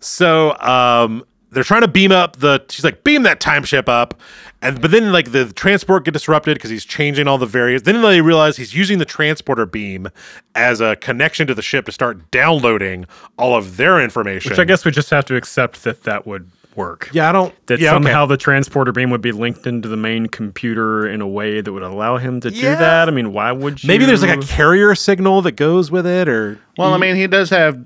Speaker 5: So um, they're trying to beam up the. She's like, beam that time ship up, and but then like the transport get disrupted because he's changing all the various. Then they realize he's using the transporter beam as a connection to the ship to start downloading all of their information.
Speaker 7: Which I guess we just have to accept that that would work.
Speaker 5: Yeah, I don't.
Speaker 7: That
Speaker 5: yeah, okay.
Speaker 7: somehow the transporter beam would be linked into the main computer in a way that would allow him to
Speaker 5: Yeah.
Speaker 7: do that. I mean, why would you?
Speaker 5: Maybe there's like a carrier signal that goes with it, or
Speaker 4: well, I mean, he does have,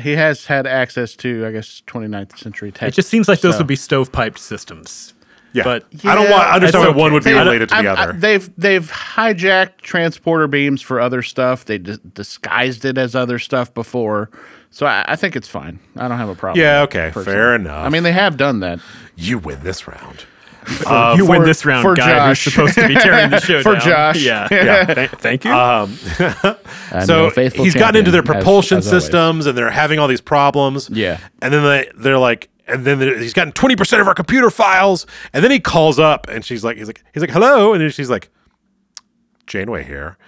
Speaker 4: he has had access to, I guess, 29th century tech.
Speaker 7: It just seems like those
Speaker 4: So-
Speaker 7: would be stovepiped systems.
Speaker 5: yeah.
Speaker 7: But
Speaker 5: I don't want. I understand
Speaker 7: That's
Speaker 5: why one would be
Speaker 4: They-
Speaker 5: related to
Speaker 4: I'm-
Speaker 5: the
Speaker 4: I-
Speaker 5: other.
Speaker 4: they've they've hijacked transporter beams for other stuff. They dis- disguised it as other stuff before, so I, I think it's fine. I don't have a problem.
Speaker 5: yeah.
Speaker 4: with it,
Speaker 5: Okay.
Speaker 4: personally.
Speaker 5: Fair enough.
Speaker 4: I mean, they have done that.
Speaker 5: you win this round.
Speaker 7: you win
Speaker 4: for-
Speaker 7: uh, this round,
Speaker 4: for
Speaker 7: guy
Speaker 4: Josh.
Speaker 7: who's supposed to be tearing the show
Speaker 4: For
Speaker 7: down.
Speaker 4: Josh.
Speaker 7: Yeah.
Speaker 5: Yeah.
Speaker 7: Th- thank you.
Speaker 4: I'm
Speaker 5: so
Speaker 4: your faithful
Speaker 5: he's gotten into their
Speaker 4: champion, as-
Speaker 5: propulsion
Speaker 4: as always.
Speaker 5: systems and they're having all these problems
Speaker 4: Yeah.
Speaker 5: and then they, they're like and then they're- he's gotten 20% of our computer files and then he calls up and she's like he's like he's like hello and then she's like janeway here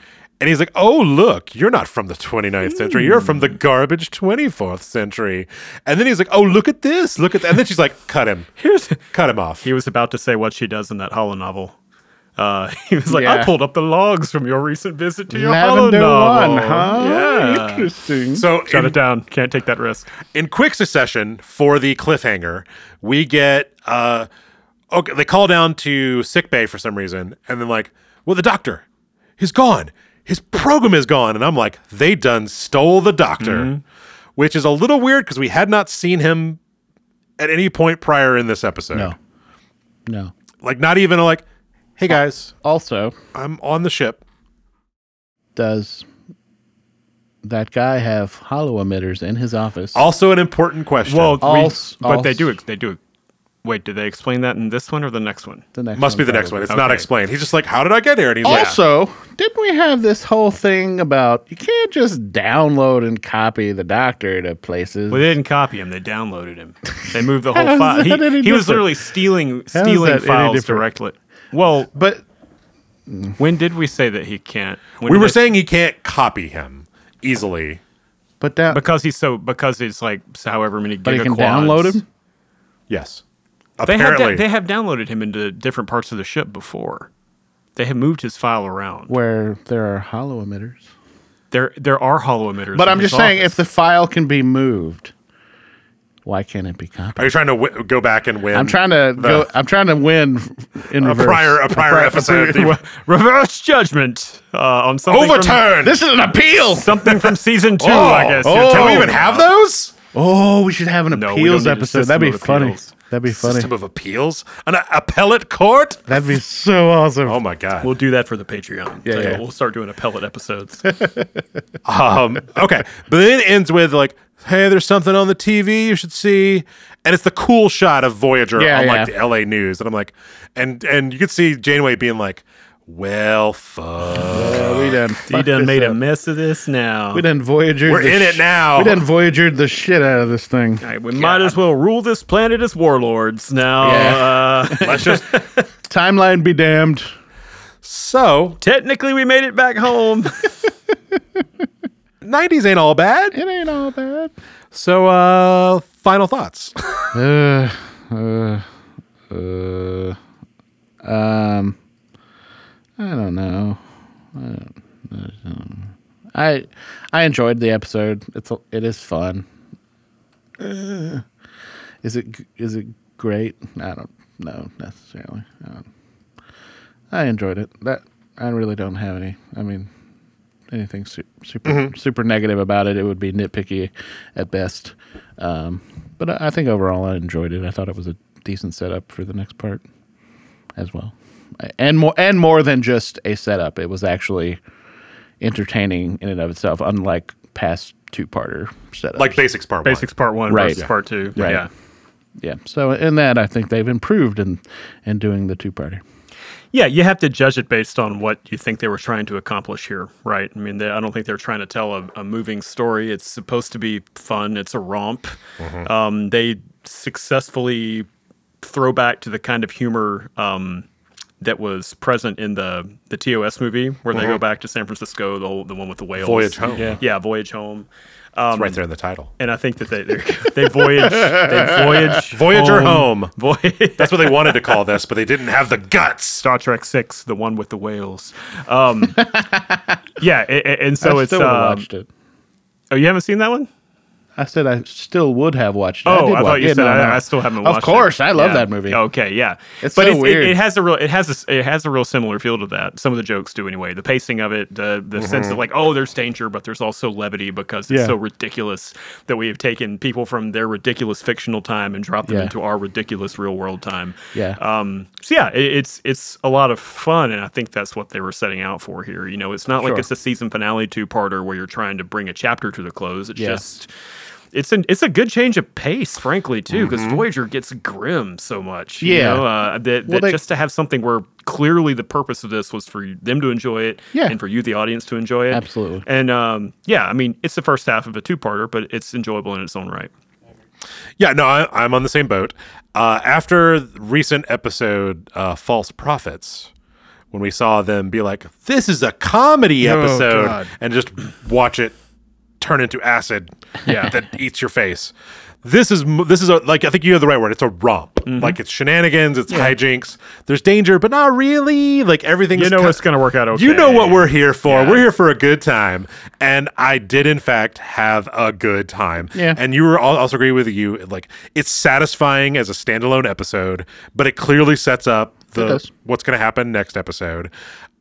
Speaker 5: and he's like oh look you're not from the 29th century you're from the
Speaker 4: Hmm.
Speaker 5: garbage 24th century and then he's like oh look at this look at that and then she's like cut him
Speaker 7: Here's
Speaker 5: cut him off
Speaker 7: he was about to say what she does in that hollow novel. Uh, he was like,
Speaker 4: Yeah.
Speaker 7: I pulled up the logs from your recent visit to your
Speaker 4: Lavender
Speaker 7: hollow
Speaker 4: One,
Speaker 7: novel.
Speaker 4: huh?
Speaker 7: Yeah.
Speaker 4: Interesting.
Speaker 5: so in-
Speaker 7: Shut it down. Can't take that risk.
Speaker 5: in quick succession for the cliffhanger, we get uh okay, they call down to sick bay for some reason, and then like, well, the doctor, he's gone. His program is gone, and I'm like, they done stole the doctor, which is a little weird because we had not seen him at any point prior in this episode.
Speaker 4: no, no.
Speaker 5: Like, not even like, hey guys,
Speaker 4: Also,
Speaker 5: I'm on the ship.
Speaker 4: does that guy have hollow emitters in his office?
Speaker 5: Also, an important question.
Speaker 7: Well, we,
Speaker 4: Als-
Speaker 7: but they
Speaker 4: als-
Speaker 7: do. They do Wait, did they explain that in this one or the next one?
Speaker 4: The next
Speaker 5: Must be the next one. It's not
Speaker 7: Okay.
Speaker 5: explained. He's just like, how did I get here? And he's like,
Speaker 4: Also, didn't we have this whole thing about you can't just download and copy the doctor to places?
Speaker 7: Well, they didn't copy him. They downloaded him. They moved the whole
Speaker 4: How's
Speaker 7: file.
Speaker 4: that
Speaker 7: He, he
Speaker 4: any
Speaker 7: was
Speaker 4: different?
Speaker 7: literally stealing
Speaker 4: is
Speaker 7: stealing
Speaker 4: that any
Speaker 7: files
Speaker 4: different?
Speaker 7: directly. Well,
Speaker 4: but
Speaker 7: when did we say that he can't? When
Speaker 5: we
Speaker 7: did
Speaker 5: were
Speaker 7: I-
Speaker 5: saying he can't copy him easily.
Speaker 4: but that
Speaker 7: because he's so because it's like however many gigaquads.
Speaker 4: but you can download him.
Speaker 5: Yes.
Speaker 7: They have,
Speaker 5: Apparently.
Speaker 7: da- they have downloaded him into different parts of the ship before. They have moved his file around.
Speaker 4: where there are hollow emitters.
Speaker 7: There there are hollow emitters.
Speaker 4: But
Speaker 7: in
Speaker 4: I'm
Speaker 7: his
Speaker 4: just saying,
Speaker 7: office.
Speaker 4: if the file can be moved, why can't it be copied?
Speaker 5: Are you trying to w- go back and win?
Speaker 4: I'm trying to go. I'm trying to win in
Speaker 5: a
Speaker 4: reverse.
Speaker 5: prior a prior episode.
Speaker 7: reverse judgment uh, on something from-
Speaker 5: Overturned.
Speaker 4: This is an appeal.
Speaker 7: something from season two.
Speaker 5: oh,
Speaker 7: I guess. you're
Speaker 5: can we
Speaker 7: telling
Speaker 5: even
Speaker 7: me.
Speaker 5: have those?
Speaker 4: Oh, we should have an
Speaker 7: No, we
Speaker 4: appeals
Speaker 7: don't need a
Speaker 4: episode.
Speaker 7: system
Speaker 4: That'd be
Speaker 7: of
Speaker 4: funny.
Speaker 7: appeals.
Speaker 4: That'd be funny.
Speaker 5: System of appeals? An a- appellate court?
Speaker 4: That'd be so awesome.
Speaker 5: Oh my god.
Speaker 7: We'll do that for the Patreon.
Speaker 4: Yeah,
Speaker 7: Yeah,
Speaker 4: yeah.
Speaker 7: We'll start doing appellate episodes.
Speaker 5: Um, okay, but then it ends with like, "Hey, there's something on the TV you should see," and it's the cool shot of Voyager
Speaker 4: Yeah,
Speaker 5: on like
Speaker 4: yeah.
Speaker 5: the LA news, and I'm like, and and you could see Janeway being like, "Well, fuck,
Speaker 4: Yeah, we done.
Speaker 7: you
Speaker 4: fucked
Speaker 7: done
Speaker 4: this
Speaker 7: made a
Speaker 4: up.
Speaker 7: mess of this now.
Speaker 4: We done Voyager.
Speaker 5: we're in it now."
Speaker 4: We done Voyagered the shit out of this thing.
Speaker 7: All right, we might as well rule this planet as warlords now. Uh,
Speaker 5: Let's just.
Speaker 4: Timeline be damned.
Speaker 5: so
Speaker 7: technically, we made it back home.
Speaker 5: 90s ain't all bad.
Speaker 4: It ain't all bad.
Speaker 5: So uh, final thoughts.
Speaker 4: Uh, uh, uh, um, I don't know. I, don't, I, don't know. I I enjoyed the episode. It's a- it is fun. Uh, is it g- is it great? I don't know necessarily. I, don't, I enjoyed it. That I really don't have any. I mean, anything su- super super negative about it. It would be nitpicky at best. Um, but I, I think overall, I enjoyed it. I thought it was a decent setup for the next part as well, and more and more than just a setup. It was actually entertaining in and of itself, unlike past two-parter setups.
Speaker 5: like basics part one.
Speaker 7: Basics part one
Speaker 4: Right.
Speaker 7: versus part two.
Speaker 4: Right.
Speaker 7: Yeah.
Speaker 4: yeah. So in that, I think they've improved in in doing the two-parter.
Speaker 7: Yeah, you have to judge it based on what you think they were trying to accomplish here, right? I mean, they, I don't think they're trying to tell a, a moving story. It's supposed to be fun. It's a romp. Um, they successfully throw back to the kind of humor um, that was present in the the TOS movie, where they go back to San Francisco, the whole, the one with the whales,
Speaker 5: Voyage Home.
Speaker 7: Yeah, Mm-hmm. voyage home.
Speaker 5: It's right there in the title.
Speaker 7: And I think that they they're- they voyage they voyage
Speaker 5: Voyager Home.
Speaker 7: voyage
Speaker 5: That's what they wanted to call this, but they didn't have the guts.
Speaker 7: Star Trek Six, the one with the whales. Um, yeah, a- a- and so
Speaker 4: I
Speaker 7: it's.
Speaker 4: still would've
Speaker 7: Um,
Speaker 4: watched it.
Speaker 7: oh, you haven't seen that one?
Speaker 4: I said I still would have watched it.
Speaker 7: Oh, I,
Speaker 4: did watch-
Speaker 7: thought you
Speaker 4: yeah,
Speaker 7: said
Speaker 4: no,
Speaker 7: I,
Speaker 4: no.
Speaker 7: I still haven't.
Speaker 4: Of
Speaker 7: watched it. Oh.
Speaker 4: course, I love that movie.
Speaker 7: Okay, yeah,
Speaker 4: It's so weird.
Speaker 7: It, it has a real. It has a. s- It has a real similar feel to that. Some of the jokes do anyway. The pacing of it, the the sense of like, oh, there's danger, but there's also levity because it's
Speaker 4: Mm-hmm. Yeah.
Speaker 7: so ridiculous that we have taken people from their ridiculous fictional time and dropped them
Speaker 4: Yeah.
Speaker 7: into our ridiculous real world time.
Speaker 4: Yeah.
Speaker 7: Um, so yeah, it, it's it's a lot of fun, and I think that's what they were setting out for here. You know, it's not
Speaker 4: Sure.
Speaker 7: like it's a season finale two parter where you're trying to bring a chapter to the close. It's
Speaker 4: Yeah.
Speaker 7: just it's an it's a good change of pace, frankly, too, because Voyager gets grim so much. you
Speaker 4: Mm-hmm. Yeah.
Speaker 7: know, uh, that,
Speaker 4: Well,
Speaker 7: that
Speaker 4: they-
Speaker 7: just to have something where clearly the purpose of this was for you- them to enjoy it,
Speaker 4: Yeah.
Speaker 7: and for you, the audience, to enjoy it.
Speaker 4: Absolutely.
Speaker 7: And um, yeah, I mean, it's the first half of a two parter, but it's enjoyable in its own right.
Speaker 5: Yeah, no, I, I'm on the same boat. Uh, after the recent episode, uh, False Prophets, when we saw them be like, this is a comedy
Speaker 7: Oh,
Speaker 5: episode,
Speaker 4: God.
Speaker 5: and just watch it turn into acid
Speaker 7: Yeah.
Speaker 5: that eats your face. This is m- this is a, like I think you have the right word. It's a romp.
Speaker 7: Mm-hmm.
Speaker 5: Like it's shenanigans, it's hijinks. There's danger, but not really. Like everything's
Speaker 7: You know
Speaker 5: kin-
Speaker 7: it's gonna work out okay.
Speaker 5: You know what we're here for. We're here for a good time. And I did, in fact, have a good time.
Speaker 4: Yeah.
Speaker 5: And you were al- also agree with you. Like it's satisfying as a standalone episode, but it clearly sets up the
Speaker 4: does.
Speaker 5: what's going to happen next episode.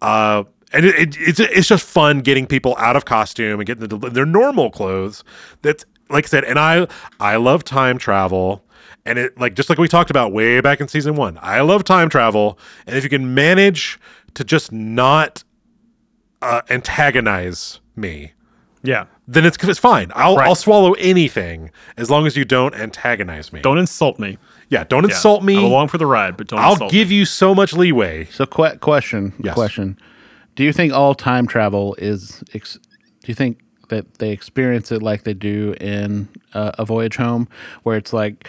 Speaker 5: Uh, and it, it, it's it's just fun getting people out of costume and getting the, their normal clothes. That's like I said, and I I love time travel. And it like just like we talked about way back in season one, I love time travel. And if you can manage to just not uh, antagonize me
Speaker 7: Yeah.
Speaker 5: then it's it's fine. I'll
Speaker 7: Right.
Speaker 5: I'll swallow anything as long as you don't antagonize me.
Speaker 7: Don't insult me.
Speaker 5: yeah, don't
Speaker 7: Yeah.
Speaker 5: insult me.
Speaker 7: I'm along for the ride, but don't
Speaker 5: I'll
Speaker 7: insult
Speaker 5: give you so much leeway.
Speaker 4: So, que- question,
Speaker 5: Yes.
Speaker 4: question. Do you think all time travel is? Ex- do you think that they experience it like they do in uh, A Voyage Home, where it's like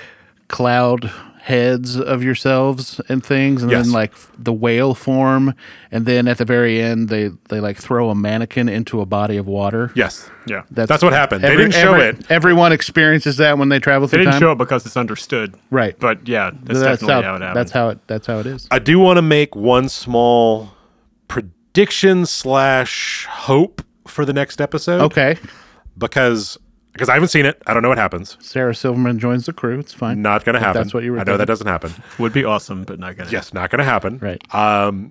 Speaker 4: cloud heads of yourselves and things, and
Speaker 5: Yes.
Speaker 4: then like f- the whale form, and then at the very end they they like throw a mannequin into a body of water.
Speaker 5: Yes.
Speaker 7: me. Yeah.
Speaker 5: That's what happened. They didn't show
Speaker 4: every-
Speaker 5: it.
Speaker 4: Everyone experiences that when they travel
Speaker 7: they
Speaker 4: through
Speaker 7: didn't
Speaker 4: time.
Speaker 7: show it because it's understood.
Speaker 4: Right.
Speaker 7: But yeah, that's, definitely
Speaker 4: how,
Speaker 7: how, it happened.
Speaker 4: That's how it. That's how it is.
Speaker 5: I do want to make one small prediction slash hope for the next episode.
Speaker 4: Okay.
Speaker 5: Because because I haven't seen it. I don't know what happens.
Speaker 4: Sarah Silverman joins the crew. It's fine.
Speaker 5: Not going to happen.
Speaker 4: that's what you were
Speaker 5: I know
Speaker 4: thinking.
Speaker 5: that doesn't happen.
Speaker 7: Would be awesome, but not gonna.
Speaker 5: Yes, not going to happen.
Speaker 4: Right.
Speaker 5: Um,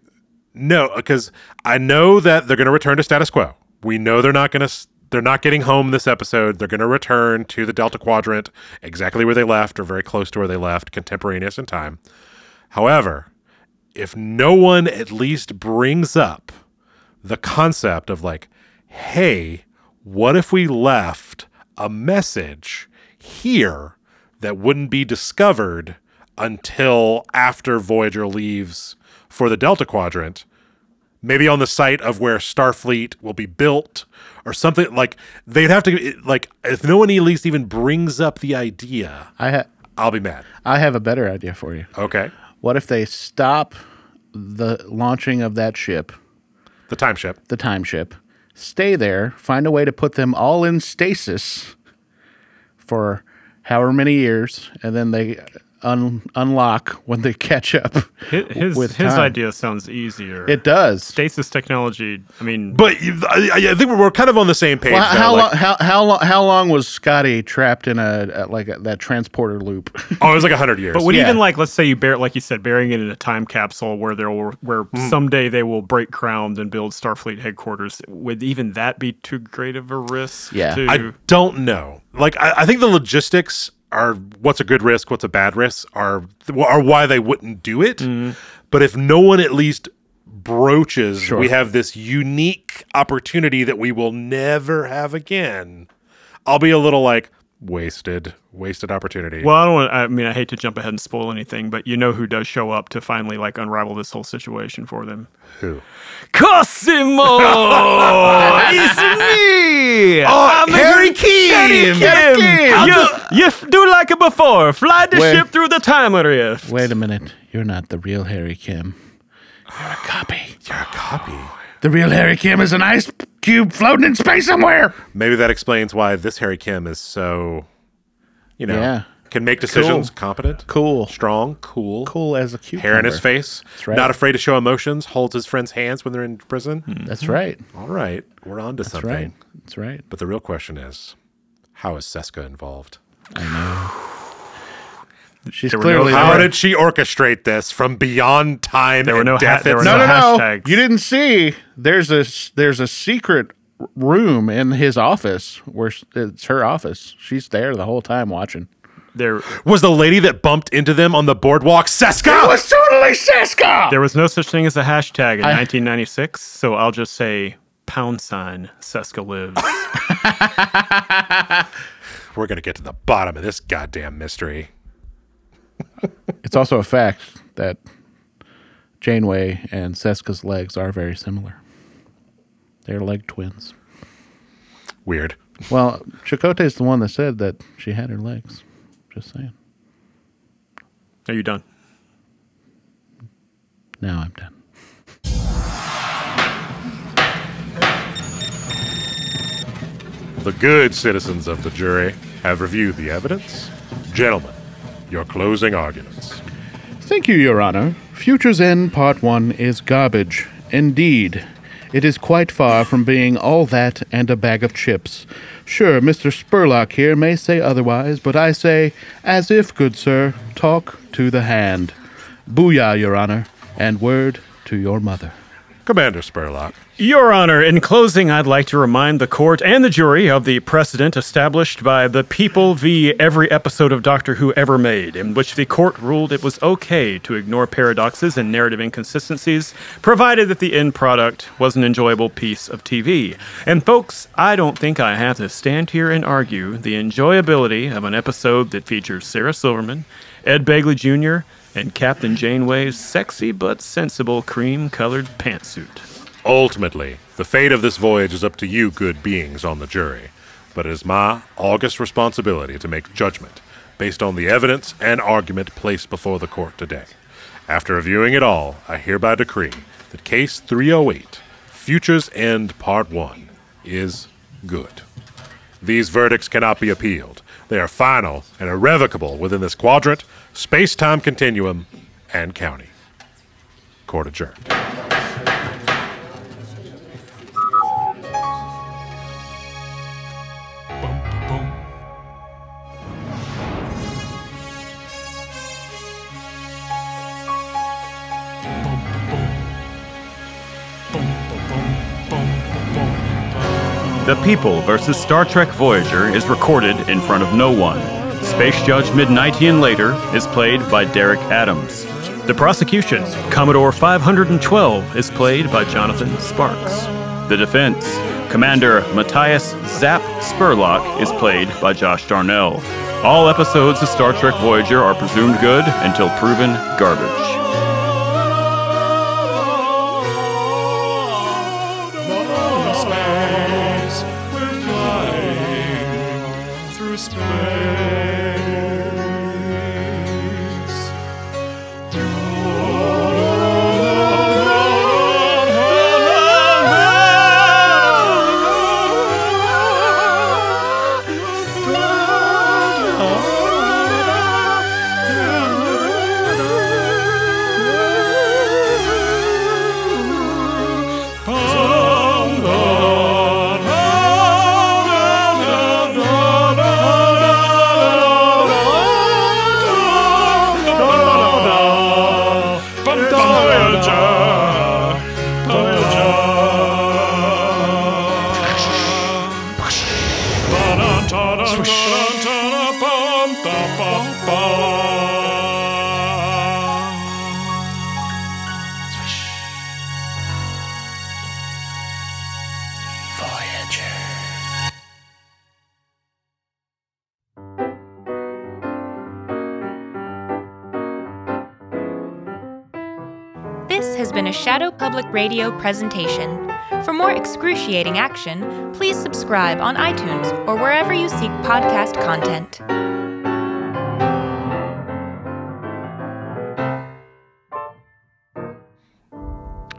Speaker 5: no, because I know that they're going to return to status quo. We know they're not going to. They're not getting home this episode. They're going to return to the Delta Quadrant, exactly where they left, or very close to where they left, contemporaneous in time. However, if no one at least brings up the concept of like, hey, what if we left a message here that wouldn't be discovered until after Voyager leaves for the Delta Quadrant? Maybe on the site of where Starfleet will be built or something like they'd have to like if no one at least even brings up the idea,
Speaker 4: I ha-
Speaker 5: I'll be mad.
Speaker 4: I have a better idea for you.
Speaker 5: Okay.
Speaker 4: What if they stop the launching of that ship,
Speaker 5: The time ship.
Speaker 4: the time ship, stay there, find a way to put them all in stasis for however many years, and then they un- unlock when they catch up?
Speaker 7: Hi- His
Speaker 4: with
Speaker 7: his
Speaker 4: time.
Speaker 7: idea sounds easier.
Speaker 4: It does.
Speaker 7: Stasis technology. I mean,
Speaker 5: But you- I, I think we're kind of on the same page.
Speaker 4: Well,
Speaker 5: though,
Speaker 4: how,
Speaker 5: like-
Speaker 4: long, how, how, long, how long was Scotty trapped in a, a like a, that transporter loop?
Speaker 5: Oh, it was like hundred years.
Speaker 7: But would
Speaker 4: Yeah.
Speaker 7: even like let's say you bear like you said burying it in a time capsule where there will where someday they will break ground and build Starfleet headquarters would even that be too great of a risk?
Speaker 4: Yeah.
Speaker 7: to-
Speaker 5: I don't know. Like, I, I think the logistics are what's a good risk, what's a bad risk, are are why they wouldn't do it. But if no one at least broaches, we have this unique opportunity that we will never have again. I'll be a little like wasted, wasted opportunity.
Speaker 7: well, I don't. Want, I mean, I hate to jump ahead and spoil anything, but you know who does show up to finally like unravel this whole situation for them?
Speaker 5: Who?
Speaker 7: Cosimo, it's me.
Speaker 5: Oh, Harry
Speaker 7: a-
Speaker 5: Kim!
Speaker 7: Harry
Speaker 5: Harry
Speaker 7: Kim.
Speaker 5: Kim!
Speaker 7: You, you f- do like it before. Fly the
Speaker 4: Wait.
Speaker 7: ship through the time rift.
Speaker 4: Wait a minute. You're not the real Harry Kim. You're a copy.
Speaker 5: You're a copy.
Speaker 4: The real Harry Kim is an ice cube floating in space somewhere.
Speaker 5: Maybe that explains why this Harry Kim is so, you know,
Speaker 4: Yeah.
Speaker 5: can make decisions, competent,
Speaker 4: Cool.
Speaker 5: strong, cool,
Speaker 4: Cool as a cucumber.
Speaker 5: hair in his face,
Speaker 4: right.
Speaker 5: not afraid to show emotions, holds his friend's hands when they're in prison.
Speaker 7: Hmm.
Speaker 4: That's right.
Speaker 5: All right, we're on to
Speaker 4: That's
Speaker 5: something.
Speaker 4: right. That's right.
Speaker 5: But the real question is, how is Seska involved?
Speaker 4: She's
Speaker 7: There were
Speaker 4: clearly.
Speaker 7: no-
Speaker 5: How
Speaker 7: How
Speaker 5: did she orchestrate this from beyond time
Speaker 7: There were
Speaker 5: and
Speaker 7: no ha-
Speaker 5: death?
Speaker 7: there were
Speaker 4: no, no,
Speaker 5: itself?
Speaker 4: no.
Speaker 7: hashtags?
Speaker 4: You didn't see. There's a s- there's a secret r- room in his office where s- it's her office. She's there the whole time watching.
Speaker 7: There,
Speaker 5: Was the lady that bumped into them on the boardwalk Seska?
Speaker 4: totally Seska.
Speaker 7: There was no such thing as a hashtag in
Speaker 4: I-
Speaker 7: 1996, so I'll just say pound sign Seska lives.
Speaker 5: we're gonna get to the bottom of this goddamn mystery.
Speaker 4: It's also a fact that Janeway and Seska's legs are very similar. They're leg twins.
Speaker 5: Weird.
Speaker 4: Well, Chicote's the one that said that she had her legs. Just saying.
Speaker 7: Are you done?
Speaker 4: Now I'm done.
Speaker 5: The good citizens of the jury have reviewed the evidence. Gentlemen, your closing arguments.
Speaker 4: Thank you, Your Honor. Futures End Part 1 is garbage. Indeed. It is quite far from being all that and a bag of chips. Sure, Mr. Spurlock here may say otherwise, but I say, as if, good sir, talk to the hand. Booyah, Your Honor, and word to your mother.
Speaker 5: Commander Spurlock.
Speaker 7: Your Honor, in closing, I'd like to remind the court and the jury of the precedent established by the People v. every episode of Doctor Who ever made, in which the court ruled it was okay to ignore paradoxes and narrative inconsistencies, provided that the end product was an enjoyable piece of TV. And, folks, I don't think I have to stand here and argue the enjoyability of an episode that features Sarah Silverman, Ed Begley Jr., and Captain Janeway's sexy but sensible cream colored pantsuit.
Speaker 5: Ultimately, the fate of this voyage is up to you good beings on the jury, but it is my august responsibility to make judgment based on the evidence and argument placed before the court today. After reviewing it all, I hereby decree that Case 308, Futures End Part 1, is good. These verdicts cannot be appealed. They are final and irrevocable within this quadrant, space time continuum, and county. Court adjourned.
Speaker 8: The People vs. Star Trek Voyager is recorded in front of no one. Space Judge Midnightian Later is played by Derek Adams.
Speaker 7: The prosecution, Commodore 512, is played by Jonathan Sparks.
Speaker 8: The defense, Commander Matthias Zap Spurlock, is played by Josh Darnell. All episodes of Star Trek Voyager are presumed good until proven garbage.
Speaker 9: This has been a Shadow Public Radio presentation. For more excruciating action, please subscribe on iTunes or wherever you seek podcast content.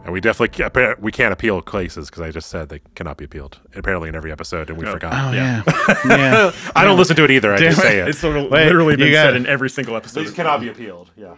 Speaker 5: And we definitely ca- appa- we can't appeal cases because I just said they cannot be appealed. Apparently, in every episode, and we forgot.
Speaker 4: Oh, yeah. Yeah.
Speaker 5: I don't listen to it either. I just
Speaker 7: Damn
Speaker 5: say it.
Speaker 7: It's literally,
Speaker 4: Wait,
Speaker 7: literally
Speaker 4: you
Speaker 7: been
Speaker 4: got
Speaker 7: said
Speaker 4: it.
Speaker 7: in every single episode.
Speaker 5: cannot be appealed. Yeah.